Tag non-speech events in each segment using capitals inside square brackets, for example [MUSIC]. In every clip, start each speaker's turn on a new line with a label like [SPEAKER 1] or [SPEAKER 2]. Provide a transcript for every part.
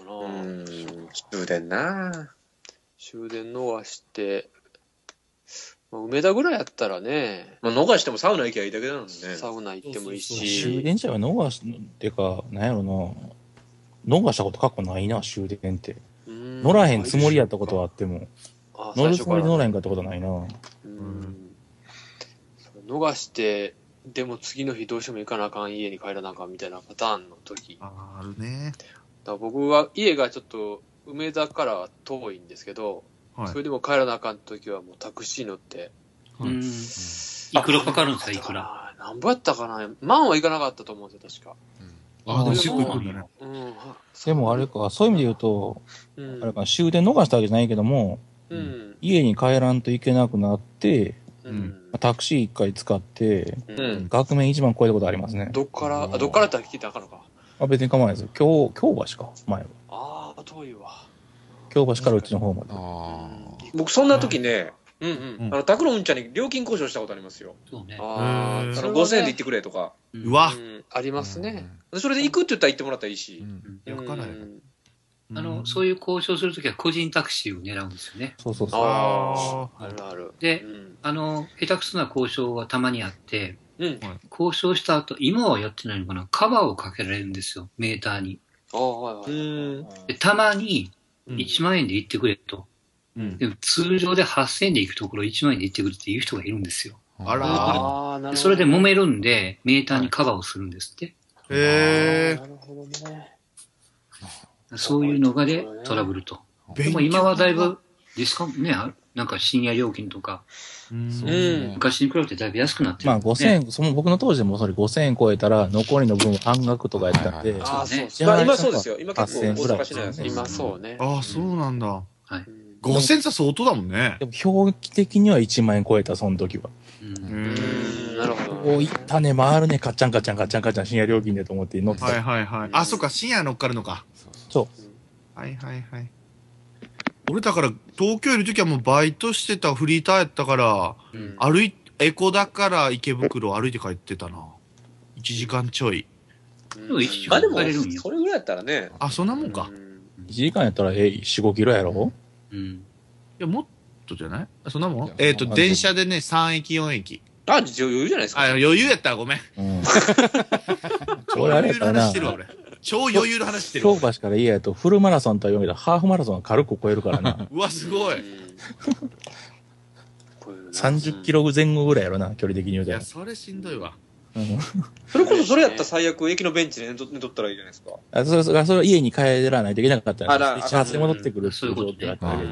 [SPEAKER 1] う
[SPEAKER 2] な、
[SPEAKER 1] ん、終電な。
[SPEAKER 2] 終電逃して、まあ、梅田ぐらいやったらね、
[SPEAKER 1] まあ、逃してもサウナ行きゃいいだけなのにね。
[SPEAKER 2] サウナ行ってもいい
[SPEAKER 3] 終
[SPEAKER 2] し、
[SPEAKER 3] 電自体は逃し、ってか、なんやろな、逃したこと過去ないな、終電って。乗
[SPEAKER 2] 乗
[SPEAKER 3] らへんつもりやったことはあっても、乗るつもりで乗らへ
[SPEAKER 2] ん。
[SPEAKER 3] んかったことないな。
[SPEAKER 2] うん逃して、でも次の日どうしても行かなあかん、家に帰らなあかんみたいなパターンの時。だか
[SPEAKER 4] あーあるね。
[SPEAKER 2] ら僕は家がちょっと梅田からは遠いんですけど、
[SPEAKER 4] はい
[SPEAKER 2] そ。れでも帰らなあかん時はもうタクシー乗って、
[SPEAKER 4] うん
[SPEAKER 5] うんいくらかかるんですか、いくら。
[SPEAKER 2] あなんぼやったかな万は行かなかったと思うんですよ、確か。
[SPEAKER 4] ああ、でも結構行くんだね。
[SPEAKER 2] うん。
[SPEAKER 3] でもあれか、そういう意味で言うと、
[SPEAKER 2] うん
[SPEAKER 3] あれか、終電逃したわけじゃないけども、
[SPEAKER 2] うん。
[SPEAKER 3] 家に帰らんといけなくなって、
[SPEAKER 2] うん。
[SPEAKER 3] タクシー一回使って、
[SPEAKER 2] う。
[SPEAKER 1] うんん。
[SPEAKER 3] 額面一番超えたことありますね。
[SPEAKER 2] どっから、あ、どっからやったら聞いたらあかんのか。
[SPEAKER 3] あ別に構わないです。京、京橋か、前は。
[SPEAKER 2] ああ、遠いわ。
[SPEAKER 3] 京橋からうちの方まで。
[SPEAKER 4] あ
[SPEAKER 1] 僕、そんな時ね、
[SPEAKER 2] うんう。
[SPEAKER 4] うんん
[SPEAKER 1] あの、拓郎うんちゃんに料金交渉したことありますよ。
[SPEAKER 5] そうね。
[SPEAKER 2] あ
[SPEAKER 4] う
[SPEAKER 2] あ、
[SPEAKER 4] ん
[SPEAKER 1] あ
[SPEAKER 2] それ
[SPEAKER 1] の、
[SPEAKER 2] はね
[SPEAKER 1] 5000円で行ってくれとか。
[SPEAKER 4] ーうわ
[SPEAKER 2] うんあり
[SPEAKER 4] い
[SPEAKER 2] ますね。。
[SPEAKER 1] でそれで行くって言ったら行ってもらったらいいし
[SPEAKER 4] う。ん。
[SPEAKER 2] う
[SPEAKER 4] や
[SPEAKER 2] ん
[SPEAKER 4] からや
[SPEAKER 5] あの、そう
[SPEAKER 4] い
[SPEAKER 5] いう交渉するときは個人タクシーを狙うんですよね。
[SPEAKER 3] そうそうそう。
[SPEAKER 2] あ
[SPEAKER 4] あ
[SPEAKER 2] あ、あるある。
[SPEAKER 5] で
[SPEAKER 2] うん
[SPEAKER 5] あの、下手くそな交渉はたまにあって、
[SPEAKER 2] うん。
[SPEAKER 5] 交渉した後、今はやってないのかな、カバーをかけられるんですよ、メーターに。
[SPEAKER 2] ああ、はいは
[SPEAKER 1] う
[SPEAKER 2] い。
[SPEAKER 1] ん。
[SPEAKER 5] でたまに
[SPEAKER 4] うん
[SPEAKER 5] 1万円で行ってくれと。
[SPEAKER 4] うん
[SPEAKER 5] でも通常で8000円で行くところ1万円で行ってくれっていう人がいるんですよ。
[SPEAKER 4] あら
[SPEAKER 2] ああ、なるほど。
[SPEAKER 5] それで揉めるんで、メーターにカバーをするんですって。
[SPEAKER 4] ー。へえ
[SPEAKER 2] なるほどね。
[SPEAKER 5] そういうのがでトラブルと。でも今はだいぶ、ディスカね、あなんか深夜料金とか、
[SPEAKER 4] う
[SPEAKER 2] う
[SPEAKER 4] ん
[SPEAKER 2] ん。
[SPEAKER 5] 昔に比べてだいぶ安くなってる、
[SPEAKER 3] まあ5000円、その僕の当時でもそれ5000円超えたら残りの分半額とかやったんで、
[SPEAKER 4] はいはい
[SPEAKER 2] ああ、そう
[SPEAKER 5] そ
[SPEAKER 2] そう。
[SPEAKER 1] まあ今そうですよ。今結構
[SPEAKER 3] 8000円ぐら
[SPEAKER 1] 大
[SPEAKER 3] い
[SPEAKER 1] 阪市内はそうです
[SPEAKER 2] 今そうね。
[SPEAKER 4] ああ、そうなんだ。
[SPEAKER 2] うん
[SPEAKER 4] 五千って相当だもんね。
[SPEAKER 3] でも表記的には1万円超えた、その時は。
[SPEAKER 5] うん。
[SPEAKER 2] う
[SPEAKER 4] へ
[SPEAKER 2] んなるほど。
[SPEAKER 3] おいったね、回るね、カッチャンカッチャンカッチャンカッチャン深夜料金でと思って乗っ
[SPEAKER 4] ー
[SPEAKER 3] てた。
[SPEAKER 4] はいはいはい。あ、そっか、深夜乗っかるのか。。
[SPEAKER 3] そう
[SPEAKER 4] はいはいはい。俺だから、東京いる時はもうバイトしてたフリーターやったから、
[SPEAKER 5] うん
[SPEAKER 4] 歩い、エコだから池袋歩いて帰ってたな。1時間ちょい。
[SPEAKER 5] でも一時
[SPEAKER 1] まあ
[SPEAKER 5] 間
[SPEAKER 1] で
[SPEAKER 5] か
[SPEAKER 1] も
[SPEAKER 5] かれるん、よ。
[SPEAKER 1] それぐらいやったらね。
[SPEAKER 4] あ、そんなもんか。い
[SPEAKER 2] うん
[SPEAKER 3] 1時間やったら、え、4、5キロやろ
[SPEAKER 5] うん。
[SPEAKER 4] や、もっとじゃないあそんなもん
[SPEAKER 6] いや
[SPEAKER 4] えっと、
[SPEAKER 3] まあ
[SPEAKER 4] 電車でね、3駅4駅。
[SPEAKER 1] あ、余裕じゃないです
[SPEAKER 4] あ、
[SPEAKER 1] か。
[SPEAKER 4] 余裕やったらごめん。
[SPEAKER 3] うん。
[SPEAKER 4] 超
[SPEAKER 3] 俺あ
[SPEAKER 4] 余
[SPEAKER 3] れやっ
[SPEAKER 4] 裕の
[SPEAKER 3] たら
[SPEAKER 4] 話
[SPEAKER 3] な
[SPEAKER 4] してるわ、俺。超余裕の話してる
[SPEAKER 3] 京
[SPEAKER 4] わ。。
[SPEAKER 3] 橋から家やとフルマラソンとは言うけど、ハーフマラソンは軽く超えるからな
[SPEAKER 4] うわ、すごい。
[SPEAKER 2] うん。
[SPEAKER 3] 30キロ前後ぐらいやろな、距離的に言う
[SPEAKER 4] い
[SPEAKER 3] た
[SPEAKER 4] や、
[SPEAKER 3] ら。
[SPEAKER 4] それしんどいわ。
[SPEAKER 3] うん
[SPEAKER 1] それこそそれやったら最悪、駅のベンチで寝と寝とったらいいじゃないですか。
[SPEAKER 3] あそれそれそれは家に帰らないといけなかった
[SPEAKER 1] あ
[SPEAKER 3] ら、
[SPEAKER 1] ら
[SPEAKER 3] で始発で戻ってくるっていう
[SPEAKER 5] うん
[SPEAKER 3] 状況だったわけで。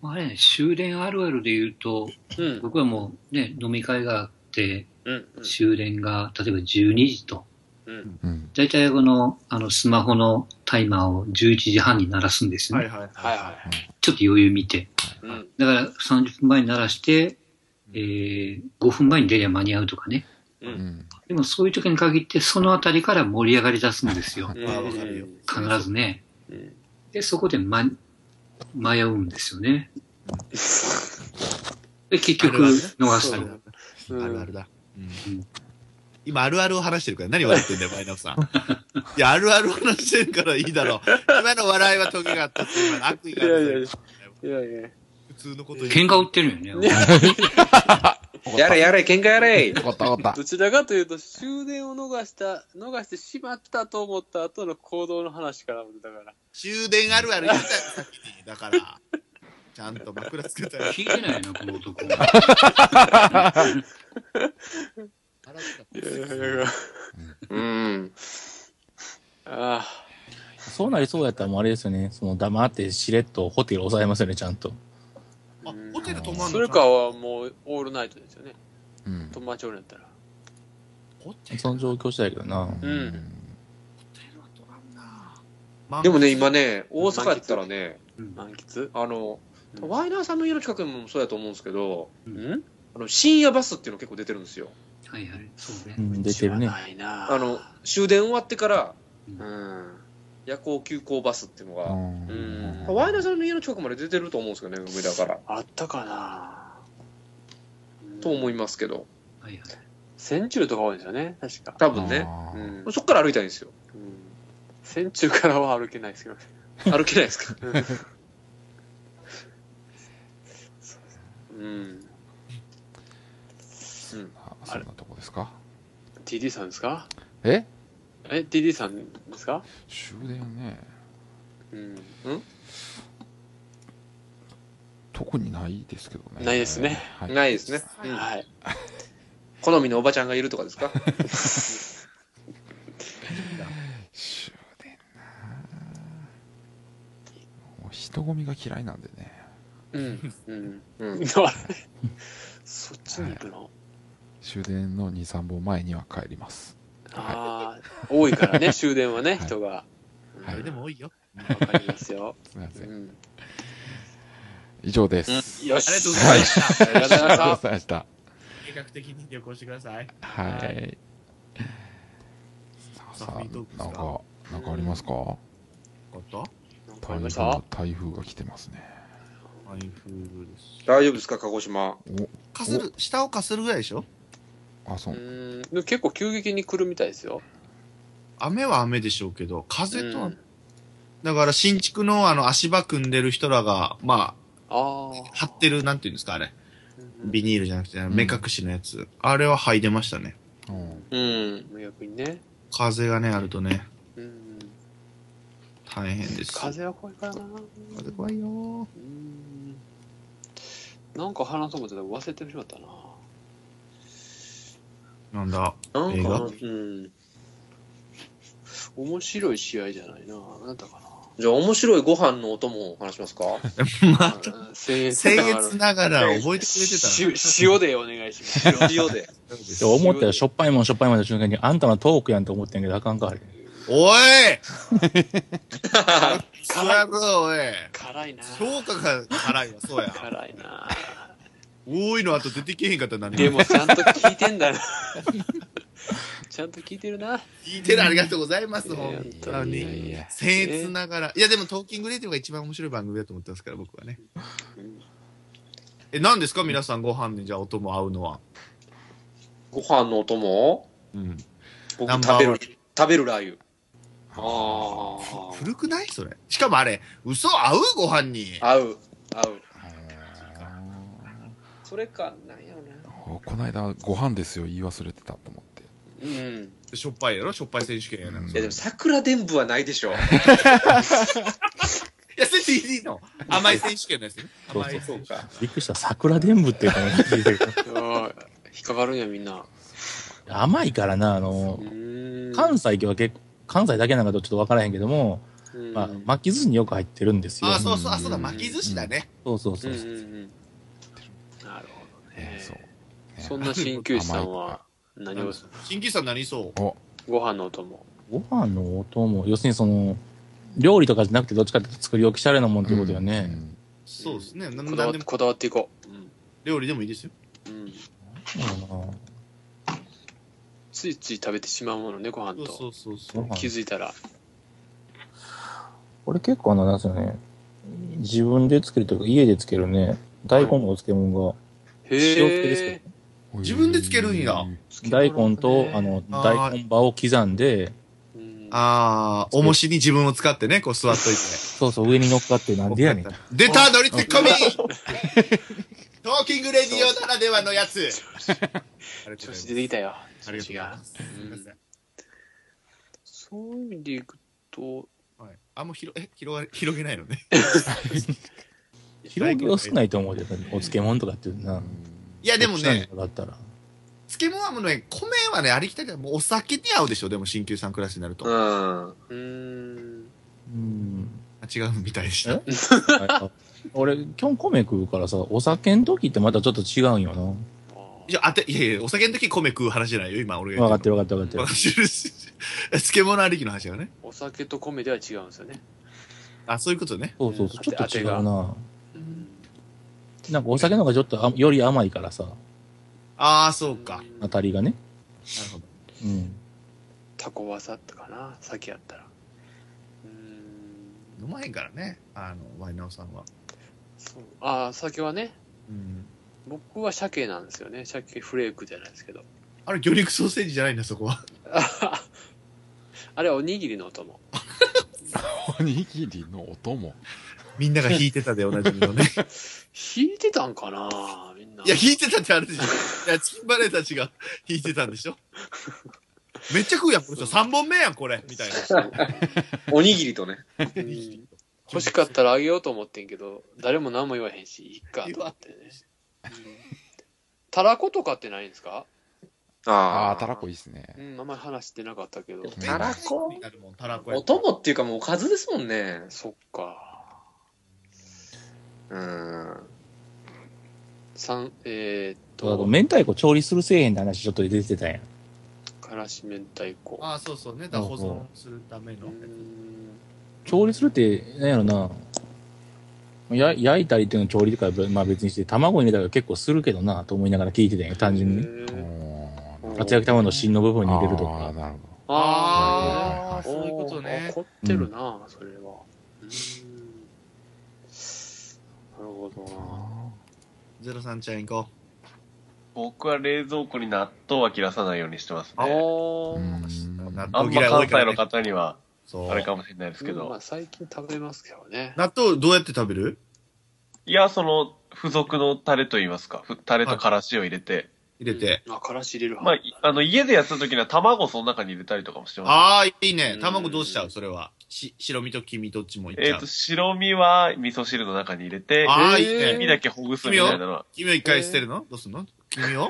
[SPEAKER 5] まああれね、終電あるあるで言うと、
[SPEAKER 1] うん。
[SPEAKER 5] 僕はもうね、飲み会があって、
[SPEAKER 1] うん。
[SPEAKER 5] 終電が、例えば12時と。
[SPEAKER 2] うん。
[SPEAKER 6] うん。
[SPEAKER 5] 大体この、あの、スマホのタイマーを11時半に鳴らすんですよね。
[SPEAKER 4] はいはい。
[SPEAKER 2] はいはい。
[SPEAKER 5] ちょっと余裕見て。
[SPEAKER 2] うん。
[SPEAKER 5] だから30分前に鳴らして、えー、5分前に出りゃ間に合うとかね。
[SPEAKER 6] うん。
[SPEAKER 5] でもそういう時に限って、そのあたりから盛り上がり出すんですよ。
[SPEAKER 2] うん
[SPEAKER 4] あわかるよ
[SPEAKER 5] 必ずね。
[SPEAKER 2] うん
[SPEAKER 5] で、そこで、ま、迷うんですよね。で、結局、逃し
[SPEAKER 2] そ
[SPEAKER 5] た
[SPEAKER 2] う
[SPEAKER 5] の。
[SPEAKER 2] だ
[SPEAKER 4] あるあ
[SPEAKER 2] う
[SPEAKER 4] るだ。
[SPEAKER 5] うん
[SPEAKER 4] 今、あるあるを話してるから、何笑ってんだよ、マイナスさん。いや、あるあるを話してるからいいだろう。今の笑いはトゲがあったって、今の悪意があ
[SPEAKER 2] いやい
[SPEAKER 4] る
[SPEAKER 2] や。ん。いやいや。
[SPEAKER 4] 普通のこと言う。
[SPEAKER 5] 喧嘩売ってるよね。
[SPEAKER 1] やれやれ、喧嘩やれ
[SPEAKER 6] わかったわかった。
[SPEAKER 2] [LAUGHS] どちらかというと、終電を逃した、逃してしまったと思った後の行動の話からもだから。
[SPEAKER 4] 終電あるある言ったよ、先に。だから。ちゃんと枕つけたら。
[SPEAKER 5] 聞いてないな、この男。
[SPEAKER 1] うん。
[SPEAKER 2] あ
[SPEAKER 3] そうなりそうやったらもうあれですよね。その黙ってしれっとホテル抑えますよね、ちゃんと。
[SPEAKER 4] あ、ホテル泊まん
[SPEAKER 2] あ。
[SPEAKER 4] の
[SPEAKER 2] それか。はもう、オールナイトですよね。
[SPEAKER 6] うん。
[SPEAKER 2] 友達おるんやったら。
[SPEAKER 4] ホテル
[SPEAKER 3] その状況次第やけどな。
[SPEAKER 2] うん。
[SPEAKER 4] は泊まんな。まあ
[SPEAKER 1] でもね、今。ね、大阪やったらね、
[SPEAKER 2] 満喫
[SPEAKER 1] あの
[SPEAKER 5] う、ん
[SPEAKER 1] ワイナーさんの家の近くにもそうやと思うんですけど、
[SPEAKER 2] うん
[SPEAKER 1] あの深夜バスっていうの結構出てるんですよ。
[SPEAKER 5] はいはい、そうね
[SPEAKER 3] う。ん、出てる
[SPEAKER 2] 知
[SPEAKER 3] ね
[SPEAKER 2] ら。ないな
[SPEAKER 1] あの、終電終わってから
[SPEAKER 2] うん。
[SPEAKER 1] 夜行急行バスっていうのが、
[SPEAKER 6] うん。
[SPEAKER 1] ワイナーさんの家の近くまで出てると思うんですけどね、梅田から。
[SPEAKER 2] あったかな
[SPEAKER 1] と思い
[SPEAKER 2] ま
[SPEAKER 1] ますけど、
[SPEAKER 5] はいはい。
[SPEAKER 2] す。千中とか多いんですよね、確か。
[SPEAKER 1] 多分ね。
[SPEAKER 6] ね。
[SPEAKER 2] うん。
[SPEAKER 1] そっから歩いたいんですよ。
[SPEAKER 2] うん線中からは歩けないですけどね。
[SPEAKER 1] 歩けないですか
[SPEAKER 2] うん。うん。
[SPEAKER 6] あそんなとこですか
[SPEAKER 2] TD さんですか
[SPEAKER 6] え
[SPEAKER 2] え、TD さんですか
[SPEAKER 6] 終電ね
[SPEAKER 2] うん。うん
[SPEAKER 6] 特にないですけどね
[SPEAKER 2] ないですね
[SPEAKER 6] はい、
[SPEAKER 1] ないですね。うん
[SPEAKER 2] はい。
[SPEAKER 1] 好みのおばちゃんがいるとかですか
[SPEAKER 6] 終電なもう人混みが嫌いなんでね
[SPEAKER 2] うん。うん。 [LAUGHS]
[SPEAKER 1] うん。
[SPEAKER 2] あれそっちに行くの
[SPEAKER 6] 終電の23本前には帰ります
[SPEAKER 2] ああ、多いから [LAUGHS] ね、終電はね、
[SPEAKER 6] はい
[SPEAKER 2] 人が。うん
[SPEAKER 6] は
[SPEAKER 4] それ
[SPEAKER 6] い
[SPEAKER 4] でも多いよ。
[SPEAKER 2] わかりますよ。
[SPEAKER 6] すみませ
[SPEAKER 2] うんん。
[SPEAKER 6] 以上です、
[SPEAKER 2] よ
[SPEAKER 4] ありがとう
[SPEAKER 2] し
[SPEAKER 4] ご。ざいました。
[SPEAKER 2] ありがとうござ
[SPEAKER 6] あ
[SPEAKER 2] いま
[SPEAKER 6] り
[SPEAKER 2] し
[SPEAKER 6] がとう
[SPEAKER 2] た
[SPEAKER 6] ご。ざいました
[SPEAKER 4] 計画的に旅行してください。
[SPEAKER 6] はい、
[SPEAKER 4] は
[SPEAKER 6] さあ
[SPEAKER 4] さあ
[SPEAKER 6] さ
[SPEAKER 4] フリートークで
[SPEAKER 6] あ
[SPEAKER 4] す
[SPEAKER 6] なん
[SPEAKER 4] か
[SPEAKER 6] かなんかありますか
[SPEAKER 4] こと
[SPEAKER 2] わか
[SPEAKER 6] 台
[SPEAKER 2] りまし
[SPEAKER 6] 風
[SPEAKER 2] た
[SPEAKER 6] が台風が来てますね
[SPEAKER 4] 台風です。
[SPEAKER 1] 大丈夫ですか鹿児島。
[SPEAKER 4] かする、下をかするぐらいでしょ
[SPEAKER 6] あそうう、
[SPEAKER 2] ん。でも結構急激に来るみたいですよ。
[SPEAKER 4] 雨は雨でしょうけど、風とは、
[SPEAKER 2] うん
[SPEAKER 4] だから新築のあの足場組んでる人らが、ま
[SPEAKER 2] あ
[SPEAKER 4] あ、張ってる、なんていうんですか、あれ。
[SPEAKER 2] あ。
[SPEAKER 4] ビニールじゃなくて、
[SPEAKER 6] ん
[SPEAKER 4] 目隠しのやつ。あれは剥いでましたね。
[SPEAKER 6] うん
[SPEAKER 1] うん。
[SPEAKER 2] 無役にね。
[SPEAKER 4] 風がね、あるとね、
[SPEAKER 2] うん。
[SPEAKER 4] 大変です。
[SPEAKER 2] 風は怖いからな。
[SPEAKER 4] 風怖いよー
[SPEAKER 2] うん。なんか話そう思ってたけど忘れてしまったな。
[SPEAKER 4] なんだ。
[SPEAKER 1] なん
[SPEAKER 4] 映
[SPEAKER 1] か
[SPEAKER 4] 画
[SPEAKER 1] な、うん。
[SPEAKER 2] 面白い試合じゃないな。なんだったか
[SPEAKER 1] じゃあ、面白いご飯のお供を話しますか
[SPEAKER 2] [LAUGHS]
[SPEAKER 4] まあ、
[SPEAKER 2] な。僭
[SPEAKER 4] 僭
[SPEAKER 2] ながら
[SPEAKER 4] 越ながら覚えてくれて
[SPEAKER 2] [LAUGHS]
[SPEAKER 4] た
[SPEAKER 2] し塩でお願いします。
[SPEAKER 1] 塩で。
[SPEAKER 3] で [LAUGHS] 思ったよ、しょっぱいもんしょっぱいもんの瞬間に、あんたのトークやんと思ってんけど、あかんか、あれ。
[SPEAKER 4] お
[SPEAKER 2] [LAUGHS]
[SPEAKER 4] いそやぞ、おい
[SPEAKER 2] 辛いな。
[SPEAKER 4] 評価が辛いわ、そうや。
[SPEAKER 2] 辛いな。
[SPEAKER 4] 多いの後出てけへんかったら何
[SPEAKER 2] でもちゃんと聞いてんだ
[SPEAKER 4] [LAUGHS]
[SPEAKER 2] な。ちゃんと聞いてるな。
[SPEAKER 4] 聞いてるありがとうございます、
[SPEAKER 2] いや
[SPEAKER 4] 本当
[SPEAKER 2] いや
[SPEAKER 4] に。
[SPEAKER 2] いや
[SPEAKER 4] 僭越ながら。いや、でも、トーキングレディオが一番面白い番組だと思ってますから、僕はね。え、何ですか皆さんご飯にじゃあ音も合うのは。
[SPEAKER 1] ご飯のお供
[SPEAKER 4] うん。
[SPEAKER 1] 僕
[SPEAKER 4] ナン
[SPEAKER 1] 食
[SPEAKER 4] バ
[SPEAKER 1] べ
[SPEAKER 4] ーワン
[SPEAKER 1] る、食べるラー油。
[SPEAKER 2] あ
[SPEAKER 4] 古くないそれ。しかもあれ、嘘合うご飯に。
[SPEAKER 1] 合う。合う。
[SPEAKER 6] あ
[SPEAKER 1] それか、なんやろな。
[SPEAKER 6] ーこの間ご飯ですよ言い忘れてたと思って
[SPEAKER 1] うん。
[SPEAKER 4] しょっぱいやろしょっぱい選手権やな。
[SPEAKER 6] うん
[SPEAKER 4] い
[SPEAKER 1] いや、でも、桜伝部はないでしょ。
[SPEAKER 4] や、それ TD の甘い選手権のやつね。
[SPEAKER 6] そう
[SPEAKER 4] 甘い
[SPEAKER 1] そうか。
[SPEAKER 3] びっくりした、桜伝部っていうかね、聞いてる
[SPEAKER 2] あ。いや引っかかるんや、みんな。
[SPEAKER 3] 甘いからな、あの
[SPEAKER 2] う、ーん。
[SPEAKER 3] 関西は結関西だけなんかどうかちょっとわからへんけども、
[SPEAKER 2] うん
[SPEAKER 3] まあ、巻き寿司によく入ってるんですよ。
[SPEAKER 4] あー、そうそう、あ、そうだ、
[SPEAKER 6] うん
[SPEAKER 4] 巻き寿司だね。
[SPEAKER 3] そうそう
[SPEAKER 2] う
[SPEAKER 3] そ
[SPEAKER 2] ん
[SPEAKER 3] う
[SPEAKER 2] うん
[SPEAKER 3] そう
[SPEAKER 2] う。ん。なるほど
[SPEAKER 6] え
[SPEAKER 2] ね
[SPEAKER 6] ー。そう
[SPEAKER 2] そんな鍼灸師さんは何を
[SPEAKER 4] 新規さん何そ
[SPEAKER 2] ご飯のお供。
[SPEAKER 3] ご飯のお供、要するにその、料理とかじゃなくてどっちかっていうと作り置きしゃれなもんってことよね。
[SPEAKER 6] うん
[SPEAKER 4] うそうですね。な
[SPEAKER 2] こだ
[SPEAKER 4] な
[SPEAKER 2] わ
[SPEAKER 4] ん
[SPEAKER 2] って、
[SPEAKER 4] でも
[SPEAKER 2] こだわっていこう。うん
[SPEAKER 4] 料理でもいいですよ。
[SPEAKER 2] うん。
[SPEAKER 3] そうだな
[SPEAKER 2] ついつい食べてしまうものね、ご
[SPEAKER 4] そ
[SPEAKER 2] 飯
[SPEAKER 4] うそ
[SPEAKER 2] と。
[SPEAKER 4] うそうそう。
[SPEAKER 3] ご飯
[SPEAKER 2] 気づいたら。
[SPEAKER 3] 俺結構あの、なんすよね、自分で作るというか家でつけるね、大根のお漬物が、
[SPEAKER 2] へ
[SPEAKER 3] 塩漬けですけ
[SPEAKER 2] え。
[SPEAKER 4] 自分でつけるんや
[SPEAKER 3] 大根と、あの、
[SPEAKER 4] あー
[SPEAKER 3] 大根葉を刻んで、
[SPEAKER 2] うん
[SPEAKER 4] ああ、重しに自分を使ってね、こう座っといて。
[SPEAKER 3] そうそう、上に乗っかって、なんでやねん。
[SPEAKER 4] 出た乗りツ
[SPEAKER 3] [LAUGHS]
[SPEAKER 4] ッコミトーキングレディオならではのやつありがとう
[SPEAKER 2] 調
[SPEAKER 4] ご
[SPEAKER 2] 子出
[SPEAKER 4] ざい
[SPEAKER 2] てきたよ。
[SPEAKER 4] ます。ありがとうございます。す
[SPEAKER 2] う
[SPEAKER 4] み
[SPEAKER 2] ん
[SPEAKER 4] ません。
[SPEAKER 2] そういう意味でいくと、
[SPEAKER 4] はい、あんま広え広がり [LAUGHS] 広げないのね。
[SPEAKER 3] 広げは少
[SPEAKER 4] い。
[SPEAKER 3] ないと思うけど、お漬物とかっていうな。
[SPEAKER 4] いや、でもね、
[SPEAKER 3] だったら。
[SPEAKER 4] 漬物はもうね、米はね、ありきたりだ。もうお酒に合うでしょ、でも、新旧さんクラスになると。
[SPEAKER 1] う
[SPEAKER 4] あ
[SPEAKER 1] ん。
[SPEAKER 2] うーん。
[SPEAKER 3] うん。
[SPEAKER 4] 違うみたいでした
[SPEAKER 3] え。あ俺、基本米食うからさ、お酒の時ってまたちょっと違うんよな。
[SPEAKER 4] いや、あて、いやいや、お酒の時米食う話じゃないよ、今、俺が
[SPEAKER 3] 分か
[SPEAKER 4] 言
[SPEAKER 3] ってる分かってる分か
[SPEAKER 4] わ
[SPEAKER 3] って
[SPEAKER 4] かってる。 [LAUGHS] 漬物ありきの話だよね。
[SPEAKER 2] お酒と米では違うんですよね。
[SPEAKER 4] あ、そういうことね。
[SPEAKER 3] る。そうそうそう、ちょっと違うな。
[SPEAKER 2] うん。
[SPEAKER 3] なんかお酒の方がちょっとあより甘いからさ、
[SPEAKER 4] ああ、そうか。なる
[SPEAKER 3] 当たりがね。
[SPEAKER 4] ほど。
[SPEAKER 3] うん。
[SPEAKER 2] タコワサとかな、酒やったら。うーん。
[SPEAKER 4] 飲まへんからね、あの、ワイナオさんは。
[SPEAKER 2] そうああ、酒はね、
[SPEAKER 4] うん。
[SPEAKER 2] 僕は鮭なんですよね。鮭フレークじゃないですけど。
[SPEAKER 4] あれ、魚肉ソーセージじゃないんだ、そこは。
[SPEAKER 2] あははあれはおにぎりのお供。
[SPEAKER 6] おにぎりのお供。
[SPEAKER 4] [LAUGHS] みんなが弾いてたで、おなじみのね。
[SPEAKER 2] 引いてたんかなみんな。
[SPEAKER 4] [LAUGHS] いや、弾いてたってあるでしょ。いや、チキンバレーたちが弾いてたんでしょ。めっちゃ食うやん、この人。3本目やん、これ。みたいな。
[SPEAKER 1] おにぎりとね。
[SPEAKER 2] うん欲しかったらあげようと思ってんけど、誰も何も言わへんし、いっかと思ってね。たらことかってないんですか
[SPEAKER 6] あ
[SPEAKER 1] あ
[SPEAKER 6] あ、たらこいいですね。
[SPEAKER 2] うん、あんまり話してなかったけど。
[SPEAKER 1] たらこ
[SPEAKER 4] なるもん、たらこや
[SPEAKER 1] お供っていうかもうおかずですもんね。
[SPEAKER 2] そっか。
[SPEAKER 1] うん。
[SPEAKER 2] 三、えー、っ
[SPEAKER 3] あと
[SPEAKER 2] と、
[SPEAKER 3] 明太子調理するせえへんって話ちょっと出てたやん。
[SPEAKER 2] からし明太子。
[SPEAKER 4] ああ、そうそうね。だから保存するための
[SPEAKER 2] う。ん
[SPEAKER 3] 調理するって、なんやろな。や焼いたりっていうの調理とか、まあ別にして、卵入れたら結構するけどな、と思いながら聞いてたんや、単純にね。
[SPEAKER 2] へ
[SPEAKER 6] お
[SPEAKER 2] ー
[SPEAKER 6] ー
[SPEAKER 3] 厚焼き卵の芯の部分に入れると
[SPEAKER 6] あー
[SPEAKER 3] か。
[SPEAKER 6] なるほど。
[SPEAKER 2] あ
[SPEAKER 6] はいはいはい
[SPEAKER 2] ー
[SPEAKER 4] そういうことね
[SPEAKER 2] 怒ってるな、それは。うんなるほどな。
[SPEAKER 4] ゼロさんちゃん行こ
[SPEAKER 7] 僕は冷蔵庫に納豆は切らさないようにしてます
[SPEAKER 2] あ
[SPEAKER 7] ね。
[SPEAKER 6] う
[SPEAKER 2] ー。
[SPEAKER 4] う。
[SPEAKER 6] ー
[SPEAKER 4] 納
[SPEAKER 6] ん
[SPEAKER 7] あ
[SPEAKER 4] 豆
[SPEAKER 7] んま
[SPEAKER 4] 嫌い多
[SPEAKER 7] 関
[SPEAKER 4] い
[SPEAKER 7] 西
[SPEAKER 4] から、
[SPEAKER 7] の
[SPEAKER 4] ね。
[SPEAKER 7] 方には、
[SPEAKER 4] そう
[SPEAKER 7] あれかもしれないですけ
[SPEAKER 2] うんまあ
[SPEAKER 7] ど。
[SPEAKER 2] 最近食べますけどね。
[SPEAKER 4] 納豆どうやって食べる
[SPEAKER 7] いや、その、付属のタレといいますか、ふタレとからしを入れて、
[SPEAKER 4] 入れて。
[SPEAKER 2] うん。あ、からし入れる
[SPEAKER 7] まあ
[SPEAKER 2] 派。
[SPEAKER 7] い、あの、家でやった時には卵をその中に入れたりとかもしてます。
[SPEAKER 4] ああ、いいね
[SPEAKER 2] う。ん
[SPEAKER 4] 卵どうしちゃうそれは。し、白身と黄身どっちもいっ
[SPEAKER 7] え
[SPEAKER 4] ち
[SPEAKER 7] っ、
[SPEAKER 4] ゃう
[SPEAKER 7] と、。白身は味噌汁の中に入れて、
[SPEAKER 4] ああ、いい
[SPEAKER 2] え
[SPEAKER 7] 黄
[SPEAKER 2] ー
[SPEAKER 7] 身
[SPEAKER 4] ね。
[SPEAKER 7] だけほぐすみたいなのは、
[SPEAKER 4] 黄身を一回捨てるのどうすんの黄身を